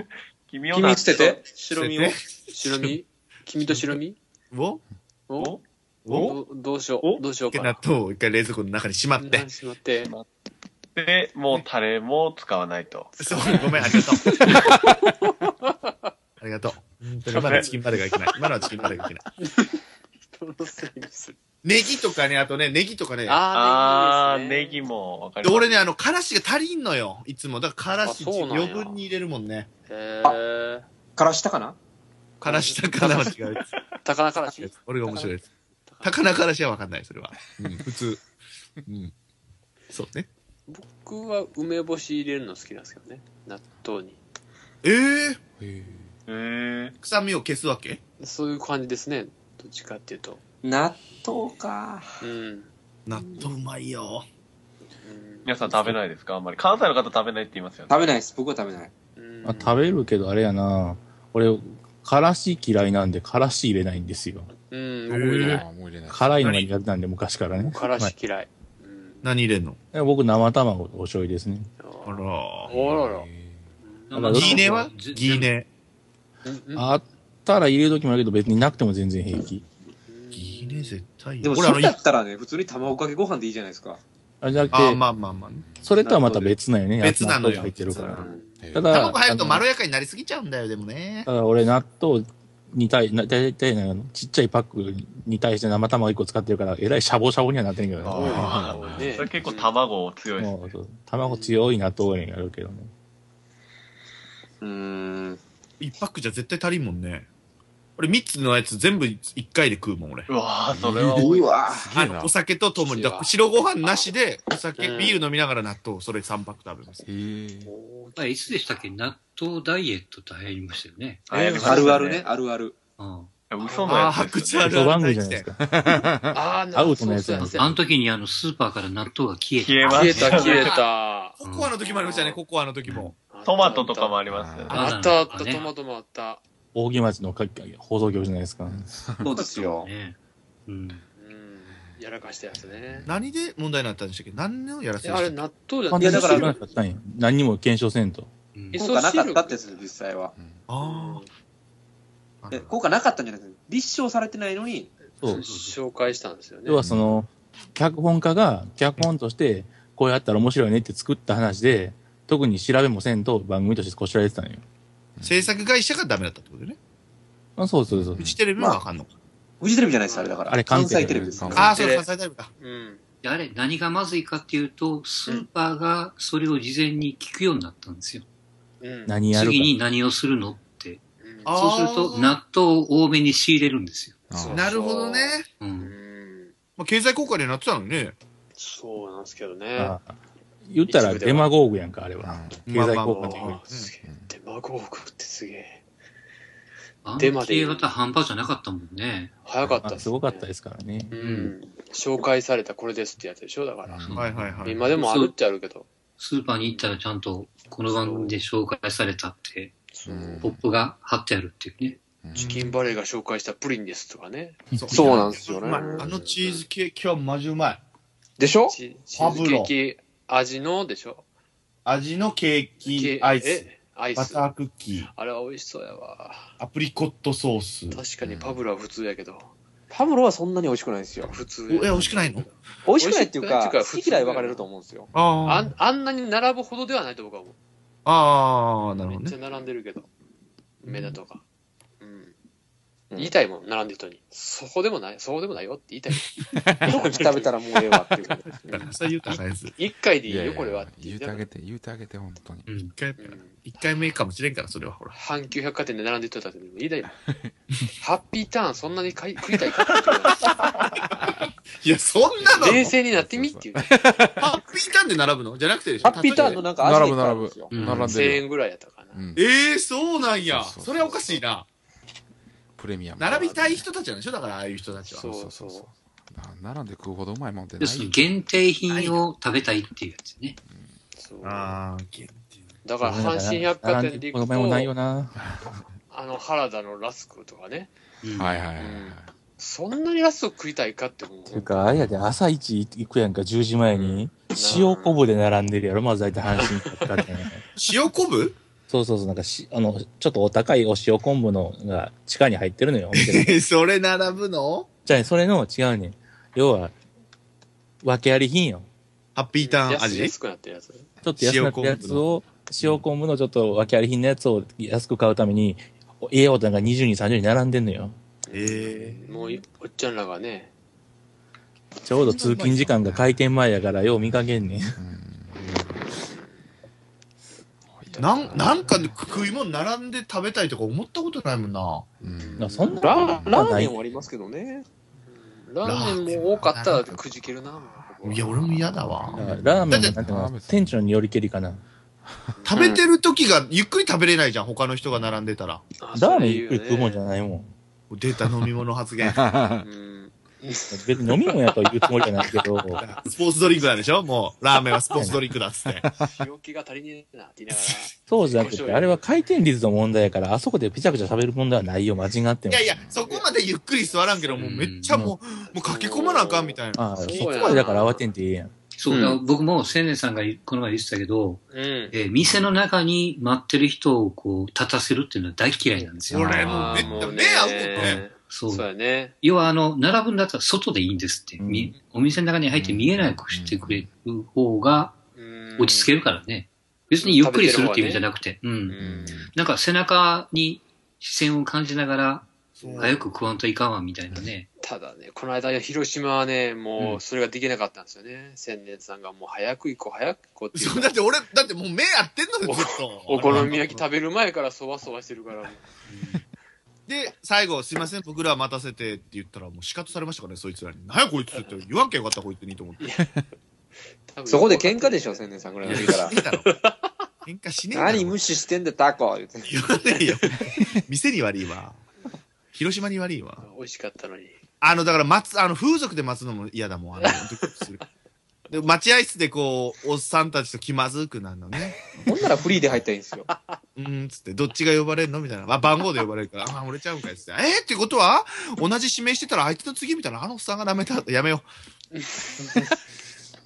[SPEAKER 7] 黄身を
[SPEAKER 1] 黄身捨てて、白身を。
[SPEAKER 2] 白身君と白身
[SPEAKER 4] を
[SPEAKER 2] お
[SPEAKER 4] を
[SPEAKER 2] どどうしよ
[SPEAKER 4] お
[SPEAKER 2] う。どうしようかな
[SPEAKER 4] 納。豆を一回冷蔵庫の中にしまって。
[SPEAKER 2] しまって。
[SPEAKER 7] で、もうタレも使わないと。
[SPEAKER 4] そう、ごめん、ありがとう。 [LAUGHS] ありがとう。本当に今のはチキンバレーがいけない。今のはチキンバレーがいけない。
[SPEAKER 2] 人のせいにする
[SPEAKER 4] [LAUGHS] ネギとかね、あとね、ネギとかね。
[SPEAKER 2] あ
[SPEAKER 7] あ
[SPEAKER 2] ー
[SPEAKER 7] ー、ネギもわか
[SPEAKER 4] で
[SPEAKER 7] ります。
[SPEAKER 4] 俺ね、あの、からしが足りんのよ。いつも。だから、からし
[SPEAKER 2] あそうなんや
[SPEAKER 4] 余分に入れるもんね。
[SPEAKER 2] へー。
[SPEAKER 1] からしたかな
[SPEAKER 4] からしだからは違うやつ。
[SPEAKER 2] 高菜からし。
[SPEAKER 4] 俺が面白いやつ。高菜からしはわかんない、それは。うん、普通。うん。そうね。
[SPEAKER 2] 僕は梅干し入れるの好きなんですけどね。納豆に。
[SPEAKER 4] ええー、
[SPEAKER 6] へ
[SPEAKER 7] へー
[SPEAKER 4] 臭みを消すわけ
[SPEAKER 2] そういう感じですね。どっちかっていうと。
[SPEAKER 1] 納豆か。
[SPEAKER 2] うん。
[SPEAKER 4] 納豆うまいよ。
[SPEAKER 7] 皆さん食べないですかあんまり。関西の方食べないって言いますよね。
[SPEAKER 1] 食べないです。僕は食べない。
[SPEAKER 2] うん
[SPEAKER 3] あ食べるけどあれやな。俺、からし嫌いなんで、からし入れないんですよ。
[SPEAKER 2] うん。
[SPEAKER 4] へ
[SPEAKER 2] 僕
[SPEAKER 4] ー
[SPEAKER 2] も入れ
[SPEAKER 6] ー
[SPEAKER 2] ない
[SPEAKER 6] あーもう入れない。
[SPEAKER 3] 辛いのが苦手なんで、昔からね。
[SPEAKER 2] から
[SPEAKER 3] はい
[SPEAKER 2] し嫌い。うん。
[SPEAKER 4] 何入れんの
[SPEAKER 3] え僕、生卵とお醤油ですね。
[SPEAKER 4] あら。
[SPEAKER 2] おらら。
[SPEAKER 3] あ
[SPEAKER 4] ギーネは
[SPEAKER 5] ぜ
[SPEAKER 4] ギーネ。
[SPEAKER 2] うん
[SPEAKER 3] あったら入れるときもあるけど、別になくても全然平気。
[SPEAKER 4] ギーネ絶対いい
[SPEAKER 1] でも、そ
[SPEAKER 4] 俺あの
[SPEAKER 1] れだ、ったらね、普通に卵かけご飯でいいじゃないですか。
[SPEAKER 3] あじゃなく
[SPEAKER 4] あー
[SPEAKER 3] て、
[SPEAKER 4] まあまあまあ。
[SPEAKER 3] それとはまた別なんよね。
[SPEAKER 4] 別なの
[SPEAKER 3] 納豆
[SPEAKER 4] よ
[SPEAKER 3] が入ってるか
[SPEAKER 2] う
[SPEAKER 3] ら。
[SPEAKER 2] ん
[SPEAKER 6] へー
[SPEAKER 3] ただ
[SPEAKER 4] 卵入るとまろやかになりすぎちゃうんだよ、でもね。
[SPEAKER 3] ただ俺、納豆に対、な大体なちっちゃいパックに対して生卵1個使ってるから、えらいシャボシャボにはなってんけどね。
[SPEAKER 7] あ
[SPEAKER 2] 多い
[SPEAKER 7] ー
[SPEAKER 2] ね
[SPEAKER 7] それ結構卵強いです
[SPEAKER 3] もうそう卵強い納豆になるけどね。
[SPEAKER 1] うーん。。
[SPEAKER 4] 一パックじゃ絶対足りんもんね。俺三つのやつ全部一回で食うもん、俺。
[SPEAKER 7] うわー、それは多いう
[SPEAKER 1] わ
[SPEAKER 6] すげ
[SPEAKER 4] あ
[SPEAKER 6] え
[SPEAKER 4] の
[SPEAKER 6] な。
[SPEAKER 4] お酒とともに、だから白ご飯なしで、お酒、ビール飲みながら納豆、それ3パック食べます。
[SPEAKER 6] へー
[SPEAKER 5] あいつでしたっけ納豆ダイエットって流行りましたよね。
[SPEAKER 7] あやりました
[SPEAKER 1] あ
[SPEAKER 7] ね
[SPEAKER 1] るあるね、。あるある。
[SPEAKER 5] うん。
[SPEAKER 7] 嘘の
[SPEAKER 4] ああー、
[SPEAKER 7] やつ
[SPEAKER 4] 白
[SPEAKER 7] です
[SPEAKER 4] 痴
[SPEAKER 7] よね。
[SPEAKER 4] ある
[SPEAKER 3] 嘘
[SPEAKER 4] あ
[SPEAKER 3] 番
[SPEAKER 2] あー
[SPEAKER 3] 組じゃないでか。ア
[SPEAKER 4] る大事ですす
[SPEAKER 3] ウトのやつやん
[SPEAKER 2] そうそう
[SPEAKER 5] あの時にあのスーパーから納豆が消えた。
[SPEAKER 7] 消えま
[SPEAKER 2] 消え、
[SPEAKER 7] したた。
[SPEAKER 2] 消えた。
[SPEAKER 4] ココアの時もありましたね、ココアの時も。
[SPEAKER 7] トマトとかもありましたよね。
[SPEAKER 2] あったあった、トマトもあった。
[SPEAKER 3] 大木町のか放送局じゃないですか。
[SPEAKER 1] そうですよ。
[SPEAKER 5] ね。うん。
[SPEAKER 2] うん。やらかしたやつね。
[SPEAKER 4] 何で問題になったんでしたっけ何をやらせ
[SPEAKER 2] え
[SPEAKER 4] ま
[SPEAKER 2] あれ、
[SPEAKER 4] した
[SPEAKER 2] 納豆じゃ
[SPEAKER 3] まあ、
[SPEAKER 1] いやだから
[SPEAKER 3] 知らなかったんや何にも検証せんと。
[SPEAKER 5] うん
[SPEAKER 2] え
[SPEAKER 1] 効果なかったってやつです、実際は。
[SPEAKER 4] ああ
[SPEAKER 1] え。効果なかったんじゃないですか。立証されてないのに、
[SPEAKER 3] そう。
[SPEAKER 2] 紹介したんですよね
[SPEAKER 3] 要。はその、脚本家が脚本として、こうやったら面白いねって作った話で、特に調べもせんと番組としてこしられてたんよ。
[SPEAKER 4] 制作会社がダメだったってことね。
[SPEAKER 3] あそうそうそう
[SPEAKER 4] フ。ジテレビもわかんのか。
[SPEAKER 1] フジテレビじゃないです、あれだから。
[SPEAKER 3] あれ関
[SPEAKER 1] 関
[SPEAKER 3] 西
[SPEAKER 1] 西テレビです。
[SPEAKER 6] 関
[SPEAKER 4] ああ、
[SPEAKER 2] フジ
[SPEAKER 4] そう
[SPEAKER 2] テレ
[SPEAKER 4] だ、関西タイプか。
[SPEAKER 2] うん。
[SPEAKER 5] であれ、何がまずいかっていうと、スーパーがそれを事前に聞くようになったんですよ。
[SPEAKER 2] うん。
[SPEAKER 3] 何やるか
[SPEAKER 5] 次。に何をするのって。
[SPEAKER 2] うん
[SPEAKER 4] あ
[SPEAKER 5] そうすると、納豆を多めに仕入れるんですよ。
[SPEAKER 6] あー
[SPEAKER 4] なるほどね。
[SPEAKER 5] う。
[SPEAKER 2] うんん。
[SPEAKER 4] まあ、経済効果にはなってたのにね。
[SPEAKER 2] そうなんですけどね
[SPEAKER 3] あ。言ったら
[SPEAKER 2] 一部では
[SPEAKER 3] デマゴーグやんか、あれ
[SPEAKER 6] う
[SPEAKER 3] は。
[SPEAKER 6] ん
[SPEAKER 3] 経済
[SPEAKER 4] まあまあ
[SPEAKER 3] 効
[SPEAKER 2] あ
[SPEAKER 3] 果的に
[SPEAKER 2] ーすげえ。デマゴーグってすげえ。
[SPEAKER 5] あの
[SPEAKER 2] デマで
[SPEAKER 5] 消え方半端じゃなかったもんね。
[SPEAKER 2] 早かった
[SPEAKER 3] あすごかったですからね。
[SPEAKER 2] うん。紹介されたこれですってやつでしょ、だから。
[SPEAKER 6] うん
[SPEAKER 4] はいはいはい。
[SPEAKER 2] 今でもあるっちゃあるけど。
[SPEAKER 5] スーパーに行ったらちゃんとこの番組で紹介されたって、
[SPEAKER 6] うん
[SPEAKER 5] ポップが貼ってあるっていうね。
[SPEAKER 6] うん
[SPEAKER 2] チキンバレーが紹介したプリンですとかね。
[SPEAKER 4] そう
[SPEAKER 8] そうなんですよね
[SPEAKER 4] うまいあのチーズケーキはマジうまい。
[SPEAKER 8] でしょ
[SPEAKER 2] チチーズケーキ味のでしょ。
[SPEAKER 4] 味のケーキ
[SPEAKER 2] け、
[SPEAKER 4] アイス、
[SPEAKER 2] えアイ
[SPEAKER 4] バ
[SPEAKER 2] ス
[SPEAKER 4] タ。ークッキー、
[SPEAKER 2] あれは美味しそうやわ。
[SPEAKER 4] アプリコットソース。
[SPEAKER 2] 確かにパブロは普通やけど。
[SPEAKER 8] パブロはそんなに美味しくないんですよ。
[SPEAKER 2] 普通
[SPEAKER 4] おえ、美味しくないの
[SPEAKER 8] 美味しくないっていうか、
[SPEAKER 2] 美味しくないっていうか
[SPEAKER 8] 好き嫌い分かれると思うんですよ。
[SPEAKER 2] あ
[SPEAKER 4] あ
[SPEAKER 2] んあんなに並ぶほどではないと僕は思
[SPEAKER 4] あ。ああ、な
[SPEAKER 2] う。
[SPEAKER 4] る
[SPEAKER 2] め
[SPEAKER 4] ほ
[SPEAKER 2] っ
[SPEAKER 4] ど
[SPEAKER 2] ちゃ
[SPEAKER 4] ね。
[SPEAKER 2] 並んでるけど。梅田とか。うん。言いたいもん、並んでる人に。そこでもない、そうでもないよって言いたいもん。
[SPEAKER 8] [LAUGHS] 一口食べたらもうええわっていう感じですね。
[SPEAKER 4] それ言うたらないです。一
[SPEAKER 2] 一回でい
[SPEAKER 6] い
[SPEAKER 2] い
[SPEAKER 6] やいや
[SPEAKER 2] よ、これはって言
[SPEAKER 6] 言
[SPEAKER 2] いうた
[SPEAKER 6] て
[SPEAKER 2] い
[SPEAKER 6] あげて、言うてあげて、本当に。
[SPEAKER 5] うん。
[SPEAKER 4] 回
[SPEAKER 2] う
[SPEAKER 4] 目
[SPEAKER 2] ん
[SPEAKER 4] 一回目かもしれんから、それはほら。
[SPEAKER 2] 阪急百貨店で並んでとったって言いた
[SPEAKER 4] [LAUGHS]
[SPEAKER 2] いもんハッピーターンそんなに買い食いたいか
[SPEAKER 4] [LAUGHS]
[SPEAKER 2] って
[SPEAKER 4] いや、そんなの
[SPEAKER 2] いう冷
[SPEAKER 4] ハ
[SPEAKER 2] 静になってみっていう
[SPEAKER 4] ッピーターンで並ぶのじゃなくてでしょ
[SPEAKER 8] ハッピーターンのなんか
[SPEAKER 6] 並
[SPEAKER 8] 味
[SPEAKER 6] ぶ
[SPEAKER 8] で変わるん
[SPEAKER 6] 並
[SPEAKER 8] ですよ
[SPEAKER 6] ぶ。。並ん
[SPEAKER 2] 1000
[SPEAKER 6] でるよ。
[SPEAKER 2] 円ぐらいやったかな、
[SPEAKER 6] うん
[SPEAKER 4] えー、そうなんや。
[SPEAKER 6] そうそうそう
[SPEAKER 4] それはおかしいな。
[SPEAKER 6] プレミアム。
[SPEAKER 4] 並びたい人たちなんでしょだから、ああいう人たちは。
[SPEAKER 2] そう
[SPEAKER 6] そうそうそう。な並んで食うほどうまいもんってな
[SPEAKER 5] 要
[SPEAKER 6] い
[SPEAKER 5] するに限定品を食べたいっていうやつね。
[SPEAKER 2] そう
[SPEAKER 4] ああ、限
[SPEAKER 2] だから阪神百貨店で行
[SPEAKER 3] ご
[SPEAKER 2] く
[SPEAKER 3] めんもないよ
[SPEAKER 2] と
[SPEAKER 3] な。
[SPEAKER 2] あの原田のラスクとかね
[SPEAKER 5] うん
[SPEAKER 6] はいはいはいはい。
[SPEAKER 2] そんなにラスク食いたいかって思
[SPEAKER 3] ていううか、あれやで、朝一行くやんか、10時前に。塩昆布で並んでるやろ、まず大体阪神百貨店。 [LAUGHS]
[SPEAKER 4] 塩昆布 [LAUGHS]
[SPEAKER 3] そうそうそう、なんかし、あの、ちょっとお高いお塩昆布のが地下に入ってるのよ、お
[SPEAKER 4] [LAUGHS]
[SPEAKER 3] 店の
[SPEAKER 4] えそれ並ぶの
[SPEAKER 3] じゃあね、それの違うねん。要は、訳あり品よ。
[SPEAKER 4] ハッピーターン
[SPEAKER 2] 安
[SPEAKER 4] 味
[SPEAKER 2] 安くなってるやつ
[SPEAKER 3] ちょっと安くなったやつを、塩昆布のちょっと訳あり品のやつを安く買うために、ええおたんが20人、30人並んでんのよ。
[SPEAKER 4] ええ
[SPEAKER 2] もういおっちゃんらがね
[SPEAKER 3] ちょうど通勤時間が開店前やから、よう見かけんねん。
[SPEAKER 4] なん、なんか食い物並んで食べたいとか思ったことないもんな。
[SPEAKER 6] うん。
[SPEAKER 3] なそんなこと
[SPEAKER 8] ラーラー
[SPEAKER 3] な
[SPEAKER 8] メ
[SPEAKER 3] い
[SPEAKER 8] ンはありますけどね。
[SPEAKER 2] ラーメンも多かったらくじけるなもう
[SPEAKER 4] いや、俺も嫌だわ。
[SPEAKER 3] ラーメンの
[SPEAKER 4] だって
[SPEAKER 3] なんていうの店長によりけりかな。
[SPEAKER 4] 食べてる時がゆっくり食べれないじゃん、他の人が並んでたら。
[SPEAKER 2] あ
[SPEAKER 3] ラー
[SPEAKER 2] そ
[SPEAKER 3] メ
[SPEAKER 2] れ
[SPEAKER 3] ンゆっ
[SPEAKER 2] 言う
[SPEAKER 3] くり食うもんじ
[SPEAKER 2] よ
[SPEAKER 3] ゃ
[SPEAKER 2] ね
[SPEAKER 3] ないもん。
[SPEAKER 4] 出た飲み物
[SPEAKER 2] [LAUGHS]
[SPEAKER 4] 発言。
[SPEAKER 2] うん
[SPEAKER 3] 別に飲み物やと言うつもりじゃないけど、
[SPEAKER 4] スポーツドリンクなんでしょもう、ラーメンはスポーツドリンクだっ
[SPEAKER 2] [LAUGHS]
[SPEAKER 4] つって。
[SPEAKER 2] 病気が足りねえなって言いながら
[SPEAKER 3] そうじゃなくて、あれは回転率の問題やから、あそこでぺちゃくちゃ喋る問題はないよ、間違って
[SPEAKER 4] い
[SPEAKER 3] も
[SPEAKER 4] や。いや、そこまでゆっくり座らんけど、もうめっちゃもう、もう駆け込まなあかんみたいな。
[SPEAKER 3] ああ、
[SPEAKER 2] そ
[SPEAKER 3] [LAUGHS] そう
[SPEAKER 2] や
[SPEAKER 3] こまでだから慌てんでいいやん。
[SPEAKER 5] そう、だから僕も千年さんがこの前言ってたけど、 [LAUGHS]
[SPEAKER 2] うん
[SPEAKER 5] えー店の中に待ってる人をこう立たせるっていうのは大嫌いなんですよ。
[SPEAKER 4] 俺も
[SPEAKER 2] あ
[SPEAKER 4] め
[SPEAKER 2] ー
[SPEAKER 4] っ
[SPEAKER 2] も
[SPEAKER 4] ちゃ
[SPEAKER 2] う
[SPEAKER 4] 目合うもんね。
[SPEAKER 5] そう
[SPEAKER 2] そうやね。
[SPEAKER 5] 要はあの、並ぶんだったら外でいいんですって。みお店の中に入って見えなくしてくれる方が落ち着け
[SPEAKER 2] る。
[SPEAKER 5] るからね。別にゆっくりするっていう意味じゃなくて。う。
[SPEAKER 2] うんん。
[SPEAKER 5] なんか背中に視線を感じながら、
[SPEAKER 4] そう
[SPEAKER 5] 早く食わんといかんわみたいなね。
[SPEAKER 2] ただね、この間、広島はね、も
[SPEAKER 5] うん
[SPEAKER 2] うそれができなかったんですよね。千年さんがもう早く行こう、早く行こうっていう
[SPEAKER 4] そう [LAUGHS]
[SPEAKER 2] か
[SPEAKER 4] だって俺、だってもう目合ってんのよ、ずっと。
[SPEAKER 2] お好み焼き食べる前からそわそわしてるから、
[SPEAKER 4] で、最後、すいません、僕らは待たせてって言ったら、もう仕方されましたからね、そいつらに。なやこいつって言わんけよかった、こいつにと思って。
[SPEAKER 2] 多分
[SPEAKER 8] そこで喧嘩でしょ、千年さんぐらいの時から。
[SPEAKER 4] 見たろ喧嘩しねえだろ
[SPEAKER 8] 何無視してんだよタコ言って
[SPEAKER 4] 言わねえよ。店に悪いわ。広島に悪いわ。
[SPEAKER 2] [LAUGHS] 美味しかったのに。
[SPEAKER 4] あの、だから待つ、あの、風俗で待つのも嫌だもん。あの、ドキドキする。で、待合室でこう、おっさんたちと気まずくなるのね。
[SPEAKER 8] ほんならフリーで入ったらいいんですよ。
[SPEAKER 4] うーん、つって、どっちが呼ばれるのみたいな。あ、番号で呼ばれるから、あ、俺ちゃうんかいっつって。えー、ってことは、同じ指名してたら、あいつの次みたいな、あのおっさんがダメだ、やめよ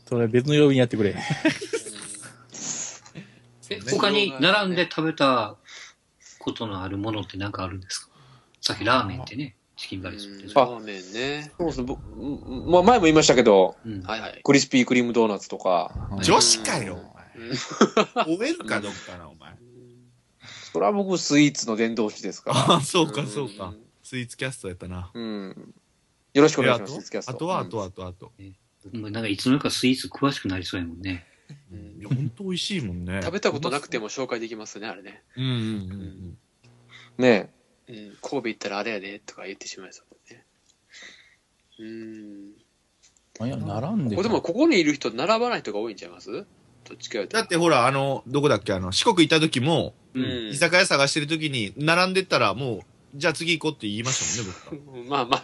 [SPEAKER 3] それ別の曜日にやってくれ。
[SPEAKER 5] え他に並んで食べたことのあるものって何かあるんですかさっきラーメンってね、チキンバレー作って
[SPEAKER 2] ラーメンね。
[SPEAKER 8] そうですねぼうんまあ、前も言いましたけど、
[SPEAKER 5] うん
[SPEAKER 2] はいはい。
[SPEAKER 8] クリスピークリームドーナツとか、
[SPEAKER 4] う。女子かよ、お前。追えるかどっかな、お前。
[SPEAKER 8] それは僕スイーツの伝道師ですから。
[SPEAKER 4] あ、そうか、そうか。スイーツキャストやったな。
[SPEAKER 8] うん。よろしくお
[SPEAKER 4] え
[SPEAKER 8] 願い
[SPEAKER 4] あ
[SPEAKER 8] しま
[SPEAKER 4] と
[SPEAKER 8] す、スイーツキャスト。
[SPEAKER 4] あとは、
[SPEAKER 8] う
[SPEAKER 4] あ
[SPEAKER 8] ん
[SPEAKER 4] とは、あとは、あと。
[SPEAKER 5] もうなんかいつの間にかスイーツ詳しくなりそうやもんね。
[SPEAKER 2] うん
[SPEAKER 4] いや、本当美味しいもんね。
[SPEAKER 2] 食べたことなくても紹介できますね、あれね。
[SPEAKER 4] うんうんうんうん。
[SPEAKER 8] ね
[SPEAKER 2] うん、神戸行ったらあれやでとか言ってしまいそうだね。うん。
[SPEAKER 3] いや、並んで
[SPEAKER 2] これでも、ここにいる人、並ばない人が多いんちゃいますどっちかいうと。
[SPEAKER 4] だってほら、あの、どこだっけ、あの、四国行った時も、
[SPEAKER 2] うん
[SPEAKER 4] 居酒屋探してる時に、並んでったらもう、じゃあ次行こうって言いましたもんね、僕
[SPEAKER 2] まあまあ、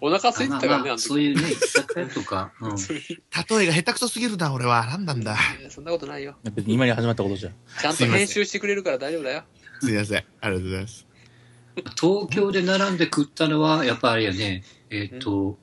[SPEAKER 2] お腹空いて
[SPEAKER 5] まあ
[SPEAKER 2] たから
[SPEAKER 5] ま
[SPEAKER 2] ね、あ
[SPEAKER 5] あ
[SPEAKER 2] の
[SPEAKER 5] そう
[SPEAKER 2] 時。
[SPEAKER 5] いうね、居酒屋とか、うん。
[SPEAKER 4] は。例えが下手くそすぎるな、俺は。なんなんだ。
[SPEAKER 2] いやそんなことないよ。
[SPEAKER 3] 別に今に始まったことじゃん。
[SPEAKER 2] ちゃん
[SPEAKER 4] す
[SPEAKER 2] と
[SPEAKER 4] いません
[SPEAKER 2] 編集してくれるから大丈夫だよ。
[SPEAKER 4] すいません。ありがとうございます。
[SPEAKER 5] 東京で並んで食ったのは、やっぱあれやね、えっ、と、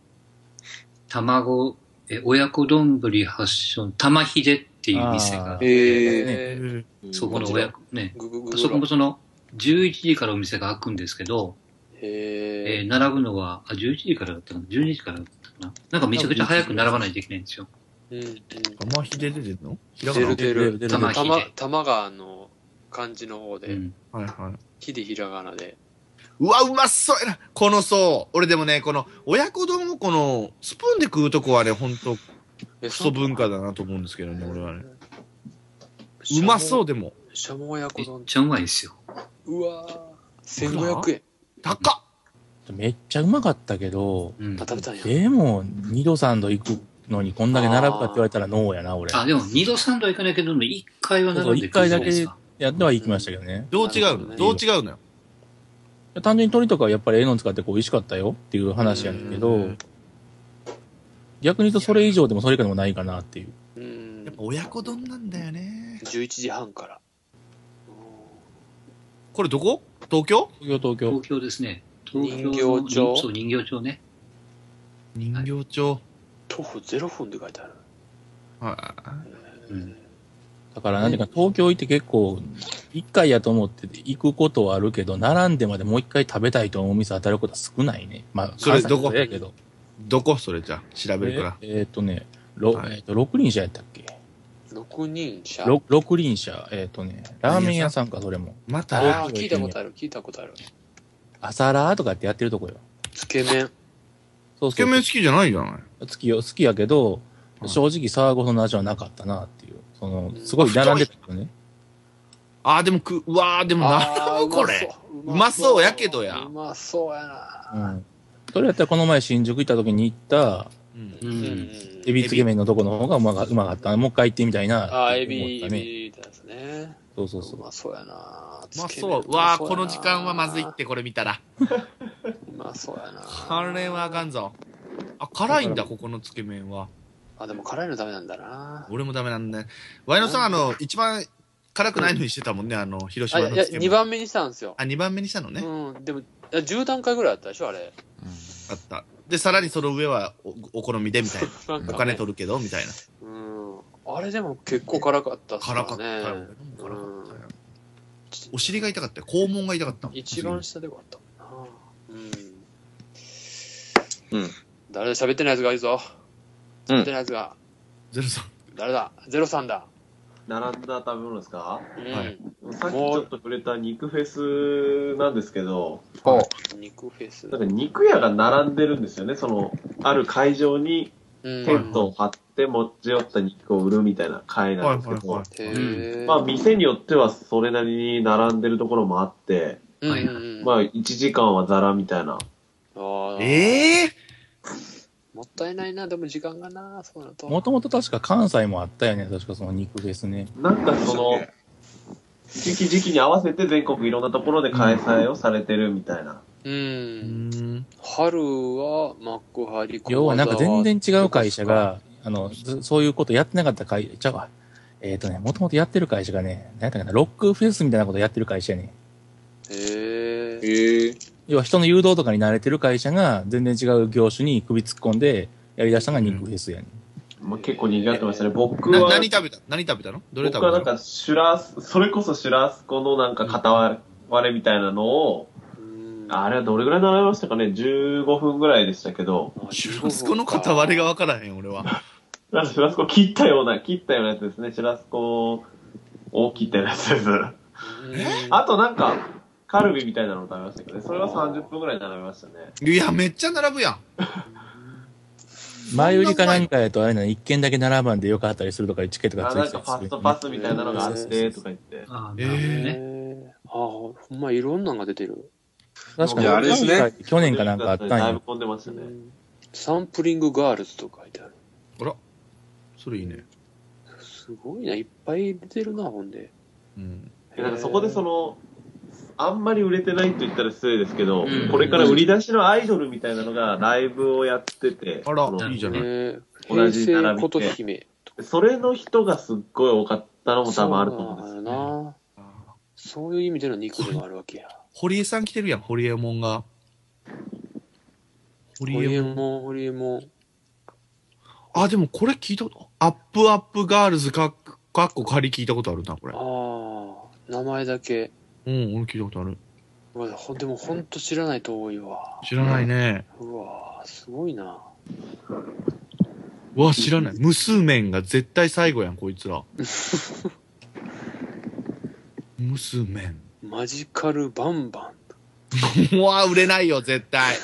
[SPEAKER 5] 卵、え親子丼発祥、玉ひでっていう店が
[SPEAKER 3] あ、
[SPEAKER 2] えー
[SPEAKER 5] そこの親子、ね、
[SPEAKER 2] ググググ
[SPEAKER 5] そこも
[SPEAKER 2] ロ
[SPEAKER 5] その、11時からお店が開くんですけど、え
[SPEAKER 2] へえ。
[SPEAKER 5] ー並ぶのは、あ、11時からだったかな ?12 時からだったかななんかめちゃくちゃ早く並ばないといけないんですよ。
[SPEAKER 2] うんうん
[SPEAKER 4] 玉ひで出てんのひらが
[SPEAKER 2] 出
[SPEAKER 4] な
[SPEAKER 2] る出る。
[SPEAKER 3] 出
[SPEAKER 5] 玉ひで
[SPEAKER 2] 玉、玉があの、漢字の方
[SPEAKER 5] う
[SPEAKER 2] で、
[SPEAKER 5] ん。
[SPEAKER 4] はいはい。
[SPEAKER 2] ひでひらがなで。
[SPEAKER 4] うわ、うまそうやな。このそう。俺でもね、この親子丼をこのスプーンで食うとこはね、ほんと
[SPEAKER 2] え、。
[SPEAKER 4] クソ文化だなと思うんですけどね、俺はね。うまそううでも。
[SPEAKER 2] しゃも親子
[SPEAKER 5] めっ
[SPEAKER 2] 丼。
[SPEAKER 5] ちゃうまいですよ。
[SPEAKER 2] うわー1500円。
[SPEAKER 4] 高っ
[SPEAKER 3] めっちゃうまかったけど、
[SPEAKER 5] うん
[SPEAKER 2] あ、。食べたんや。
[SPEAKER 3] でも、二度三度行くのにこんだけ並ぶかって言われたらノーやな、俺。
[SPEAKER 5] あ、でも2度3度はいかないけど、1回は並ん
[SPEAKER 3] そう
[SPEAKER 5] で
[SPEAKER 3] そう一回
[SPEAKER 5] じゃ
[SPEAKER 3] だ
[SPEAKER 5] な
[SPEAKER 3] け
[SPEAKER 5] いですか。
[SPEAKER 3] やっては行きましたけどね。
[SPEAKER 4] どう違う
[SPEAKER 2] な
[SPEAKER 4] の
[SPEAKER 2] るほ
[SPEAKER 4] ど
[SPEAKER 2] ど
[SPEAKER 4] う違うのよ。
[SPEAKER 3] 単純に鳥とかはやっぱりええの使ってこう美味しかったよっていう話やねんけ
[SPEAKER 4] う
[SPEAKER 3] ど
[SPEAKER 4] ん、
[SPEAKER 3] 逆に言うとそれ以上でもそれ以下でもないかなっていう。
[SPEAKER 2] うん
[SPEAKER 4] やっ。ぱ親子丼なんだよね。
[SPEAKER 2] 11時半から。
[SPEAKER 4] これどこ東京
[SPEAKER 3] 東京東京
[SPEAKER 5] 東。京ですね。東京の
[SPEAKER 2] 人形町
[SPEAKER 5] そう、人形町ね。
[SPEAKER 4] 人形町。
[SPEAKER 2] 徒歩0分で書いてある。
[SPEAKER 4] はい
[SPEAKER 5] うん。
[SPEAKER 3] だから何か東京行って結構、一回やと思って行くことはあるけど、並んでまでもう一回食べたいと思うお店当たることは少ないね。まあ、
[SPEAKER 4] それどこ
[SPEAKER 3] 関西もやけど。
[SPEAKER 4] どこそれじゃあ調べるから。
[SPEAKER 3] えーっとね、ろ
[SPEAKER 4] はい
[SPEAKER 3] えーっと六輪車やったっけ
[SPEAKER 2] 6人車。
[SPEAKER 3] ろ六輪車、えーっとね、ラーメン屋さんか、それも。
[SPEAKER 4] また
[SPEAKER 2] あ
[SPEAKER 4] な
[SPEAKER 2] あ、聞いたことある、聞いたことある。
[SPEAKER 3] 朝ラーとかってやってるとこよ。
[SPEAKER 2] つけ麺。
[SPEAKER 3] そう
[SPEAKER 4] つ
[SPEAKER 3] そ
[SPEAKER 4] け
[SPEAKER 3] う。
[SPEAKER 4] 麺好きじゃないじゃない。
[SPEAKER 3] 好きよ、好きやけど、
[SPEAKER 4] はい
[SPEAKER 3] 正直沢ごとの味はなかったなっていう。その、すごい並んでたけどね。
[SPEAKER 4] ああ、でもく、うわあ、でもな、
[SPEAKER 2] あー
[SPEAKER 4] これ。。
[SPEAKER 2] う
[SPEAKER 4] うまそうやけどや
[SPEAKER 2] うまそうやな。
[SPEAKER 3] うん。それやったらこの前新宿行った時に行った、
[SPEAKER 2] う
[SPEAKER 5] う。
[SPEAKER 2] ん
[SPEAKER 3] エビつけ麺のとこの方がうまがうまかった。もう一回行ってみたいな。
[SPEAKER 2] ああ、エビ、
[SPEAKER 3] 思
[SPEAKER 2] エ
[SPEAKER 3] ったね
[SPEAKER 2] ビですね。
[SPEAKER 3] そうそうそうう。
[SPEAKER 2] まそうやな。
[SPEAKER 4] うま
[SPEAKER 2] つけ麺
[SPEAKER 4] そう。うわあ、
[SPEAKER 2] うまそうやな
[SPEAKER 4] この時間はまずいって、これ見たら。
[SPEAKER 2] うまそうやな。
[SPEAKER 4] これはあかんぞ。あ、辛いんだ、ここのつけ麺は。
[SPEAKER 2] あ、でも辛いのダメなんだな。
[SPEAKER 4] 俺もダメなんだね。ワイノさん、あの、一番辛くないのにしてたもんね、あの、広
[SPEAKER 2] あい
[SPEAKER 4] 島の
[SPEAKER 2] や、
[SPEAKER 4] つけ
[SPEAKER 2] 2
[SPEAKER 4] 麺。
[SPEAKER 2] 番目にしたんですよ。
[SPEAKER 4] あ、2番目にしたのね。
[SPEAKER 2] うん、でも、あ10段階ぐらいあったでしょ、あれ。
[SPEAKER 4] あった。で、さらにその上はおお好みでみたいな。
[SPEAKER 2] なん
[SPEAKER 4] お
[SPEAKER 2] か
[SPEAKER 4] 金
[SPEAKER 2] ね
[SPEAKER 4] 取るけど、みたいな。
[SPEAKER 2] うん。あれでも結構辛かったっす
[SPEAKER 4] 辛かった
[SPEAKER 2] ね。
[SPEAKER 4] よ。俺も辛かったよ
[SPEAKER 2] うん
[SPEAKER 4] お尻が痛かったよ。肛門が痛かった。
[SPEAKER 2] 一番下でよかったもんなうん、
[SPEAKER 1] うん
[SPEAKER 2] 誰だ喋ってないやつがいるぞ
[SPEAKER 1] うん
[SPEAKER 2] 喋ってないやつが、
[SPEAKER 4] ゼロさん。
[SPEAKER 2] 誰だゼロさんだ、
[SPEAKER 9] 並んだ食べ物ですか
[SPEAKER 2] うん
[SPEAKER 4] はい
[SPEAKER 9] さっきちょっと触れた肉フェスなんですけど、
[SPEAKER 2] 肉フェス
[SPEAKER 9] なんか肉屋が並んでるんですよね。その、ある会場に
[SPEAKER 2] うん
[SPEAKER 9] テントを張って持ち寄った肉を売るみたいな会なんですけど、
[SPEAKER 4] はい
[SPEAKER 2] へー
[SPEAKER 9] まあ店によってはそれなりに並んでるところもあって、
[SPEAKER 2] うんうんうん
[SPEAKER 9] まあ1時間はザラみたいな。
[SPEAKER 2] あー
[SPEAKER 4] ええ
[SPEAKER 2] もったいないなでも時間がなそうなると
[SPEAKER 3] もともと確か関西もあったよね。確かその肉フェスね。
[SPEAKER 9] なんかその、時期時期に合わせて全国いろんなところで開催をされてるみたいな。
[SPEAKER 2] う
[SPEAKER 4] うんん。
[SPEAKER 2] 春は幕張駒沢
[SPEAKER 3] 要はなんか全然違う会社が、あの、ずそういうことやってなかった会、ちゃうわ。えっ、とね、もともとやってる会社がね、なんやったかな、ロックフェスみたいなことやってる会社やね。
[SPEAKER 2] へえ
[SPEAKER 1] ええ。
[SPEAKER 3] 要は人の誘導とかに慣れてる会社が全然違う業種に首突っ込んでやり出したのが肉フェスやね、
[SPEAKER 9] まあ、結構賑わってましたね。僕
[SPEAKER 4] な
[SPEAKER 9] は。
[SPEAKER 4] 何食べた何食べたのどれ食べ
[SPEAKER 9] 僕は
[SPEAKER 4] た
[SPEAKER 9] な
[SPEAKER 4] の
[SPEAKER 9] んか、シュラス、それこそシュラスコのなんか片割れみたいなのを、
[SPEAKER 2] うん
[SPEAKER 9] あれはどれぐらい並べましたかね ?15 分ぐらいでしたけど、
[SPEAKER 2] あ
[SPEAKER 4] シュラスコの片割れが分からへん、俺は。
[SPEAKER 9] なんかシュラスコ切ったような、切ったようなやつですね。シュラスコを切ったようなやつです。
[SPEAKER 2] うん
[SPEAKER 9] あとなんか、カルビみたいなのを食べましたけどね。それは30分ぐらい並べましたね。
[SPEAKER 4] いや、めっちゃ並ぶやん。
[SPEAKER 3] 前売りかなんかやとあれな、一軒だけ並ばんでよくあったりするとか、チケットが
[SPEAKER 9] あ
[SPEAKER 3] つい
[SPEAKER 9] なん
[SPEAKER 3] てた
[SPEAKER 9] か
[SPEAKER 3] り
[SPEAKER 9] フ
[SPEAKER 3] するよ
[SPEAKER 9] ァスト
[SPEAKER 3] ね、
[SPEAKER 9] パスみたいなのがあって、とか言って。
[SPEAKER 5] ああ、
[SPEAKER 4] えー
[SPEAKER 5] なるほどね。
[SPEAKER 2] へーあーほんまいろんなのが出てる
[SPEAKER 3] 確か
[SPEAKER 1] い
[SPEAKER 3] に
[SPEAKER 1] やあれですね
[SPEAKER 3] 今回去年かなんかあったん
[SPEAKER 9] だいぶ
[SPEAKER 3] よ。
[SPEAKER 9] 混んでましたね。
[SPEAKER 2] サンプリングガールズと書いてある。
[SPEAKER 4] あら、それいいね。
[SPEAKER 2] すごいな、いっぱい出てるな、ほんで。
[SPEAKER 4] うん。
[SPEAKER 9] でなんかそこでその、あんまり売れてないと言ったら失礼ですけど、
[SPEAKER 5] うん
[SPEAKER 9] これから売り出しのアイドルみたいなのがライブをやってて、
[SPEAKER 4] あら
[SPEAKER 9] その
[SPEAKER 4] いいじゃない
[SPEAKER 2] えー、
[SPEAKER 9] 同
[SPEAKER 2] 平
[SPEAKER 9] じ
[SPEAKER 2] 成琴姫
[SPEAKER 9] それの人がすっごい多かったのも多分あると思うんです。
[SPEAKER 2] そうなんやなそういう意味での肉でもあるわけや。
[SPEAKER 4] 堀江さん来てるやん、堀江門が。堀
[SPEAKER 2] ホリ
[SPEAKER 4] 江
[SPEAKER 2] エ
[SPEAKER 4] 門。
[SPEAKER 2] モン、ホリエモン。
[SPEAKER 4] あ、でもこれ聞いたこと、アップアップガールズかっかっこ仮聞いたことあるな、これ。
[SPEAKER 2] ああ、名前だけ。
[SPEAKER 4] うん、俺聞いたことある。
[SPEAKER 2] うわほんでもほんと知らないと多いわ。
[SPEAKER 4] 知らないね。
[SPEAKER 2] うわすごいな。
[SPEAKER 4] うわ、知らない。無数面が絶対最後やん、こいつら。無数面。
[SPEAKER 2] マジカルバンバン。
[SPEAKER 4] うわ、売れないよ、絶対。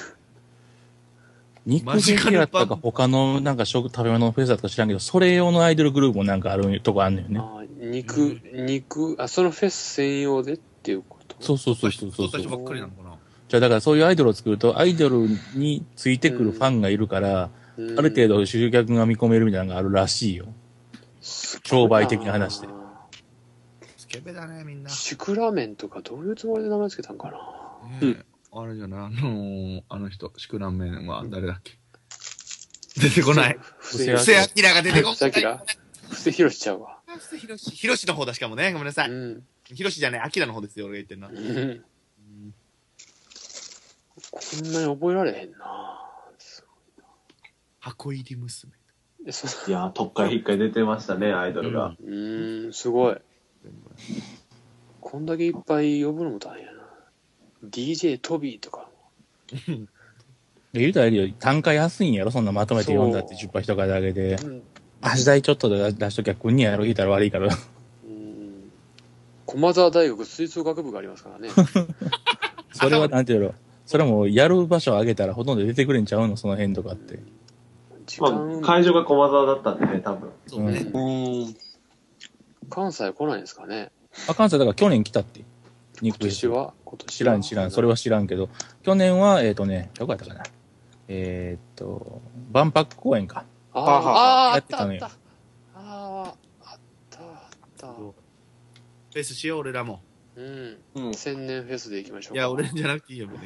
[SPEAKER 3] 肉好きやったか他のなんか食食べ物のフェスだったか知らんけど、それ用のアイドルグループもなんかあるとこあんのよね。
[SPEAKER 2] あー肉、肉、あ、そのフェス専用でっていうこと。
[SPEAKER 3] そうそうそうそうそう。
[SPEAKER 4] 太った
[SPEAKER 3] じ
[SPEAKER 4] 人ばっかりなのかな。
[SPEAKER 3] ゃあだからそういうアイドルを作ると、アイドルについてくるファンがいるから、
[SPEAKER 2] うん、
[SPEAKER 3] ある程度集客が見込めるみたいなのがあるらしいよ。商売的な話で
[SPEAKER 2] あ。
[SPEAKER 4] スケベだね、みんな
[SPEAKER 2] ー。シクラメンとかどういうつもりで名前つけたんかな。
[SPEAKER 4] ねえあれじゃない、あのー、あの人、シクランメンは誰だっけ出てこない。
[SPEAKER 2] 布施
[SPEAKER 3] 布
[SPEAKER 4] 布施明が出てこ
[SPEAKER 2] 布
[SPEAKER 4] な
[SPEAKER 2] 施
[SPEAKER 4] い。
[SPEAKER 2] 明布施博しちゃうわ。
[SPEAKER 4] 布施博士博士の方だしかもね、ごめんなさ
[SPEAKER 2] う
[SPEAKER 4] い。
[SPEAKER 2] ん。
[SPEAKER 4] 博士じゃない、明の方ですよ、俺が言ってんな。
[SPEAKER 2] うんこんなに覚えられへんな。す
[SPEAKER 4] 箱入り娘。
[SPEAKER 2] ごいえそう
[SPEAKER 9] いやー、特会一回出てましたね、アイドルが。
[SPEAKER 2] うーん、すごい。こんだけいっぱい呼ぶのも大変やな。DJ トビーとか。
[SPEAKER 3] で言うたらあれよ、単価安いんやろそんなまとめて読んだって
[SPEAKER 2] そう
[SPEAKER 3] 10杯とかであげて。
[SPEAKER 2] うん。
[SPEAKER 3] 足代ちょっとで出しときゃ来んねやろ言うたら悪
[SPEAKER 2] [LAUGHS]
[SPEAKER 3] いから。
[SPEAKER 2] うん駒沢大学吹奏楽部があります
[SPEAKER 3] [LAUGHS]
[SPEAKER 2] からね。
[SPEAKER 3] それはなんていうのそれはもうやる場所を上げたらほとんど出てくれんちゃうのその辺とかって。
[SPEAKER 2] 時
[SPEAKER 9] まあ、
[SPEAKER 2] 間、
[SPEAKER 9] 会場が駒沢だったんでね、多分。
[SPEAKER 4] そう
[SPEAKER 3] う
[SPEAKER 4] ね。
[SPEAKER 2] うん
[SPEAKER 1] うん。
[SPEAKER 2] 関西来ないんですかね。
[SPEAKER 3] あ、関西だから去年来たって。
[SPEAKER 2] 今
[SPEAKER 3] 肉フェス
[SPEAKER 2] 年は今年
[SPEAKER 3] 知らん知らん。それは知らんけど、去年は、えっ、とね、どこやったかな。えっ、と、万博公園か。
[SPEAKER 2] あー
[SPEAKER 1] はは
[SPEAKER 2] あー、あ
[SPEAKER 3] や
[SPEAKER 2] っ
[SPEAKER 3] って
[SPEAKER 2] た
[SPEAKER 3] た
[SPEAKER 2] あ
[SPEAKER 3] の
[SPEAKER 2] っ
[SPEAKER 3] よ
[SPEAKER 2] た。ああ、あったあった。
[SPEAKER 4] フェスしよう、俺らも。
[SPEAKER 2] うん。
[SPEAKER 1] うん。
[SPEAKER 2] 千年フェスで行きましょう
[SPEAKER 4] い
[SPEAKER 2] か。
[SPEAKER 4] や、俺じゃなくていいよ、別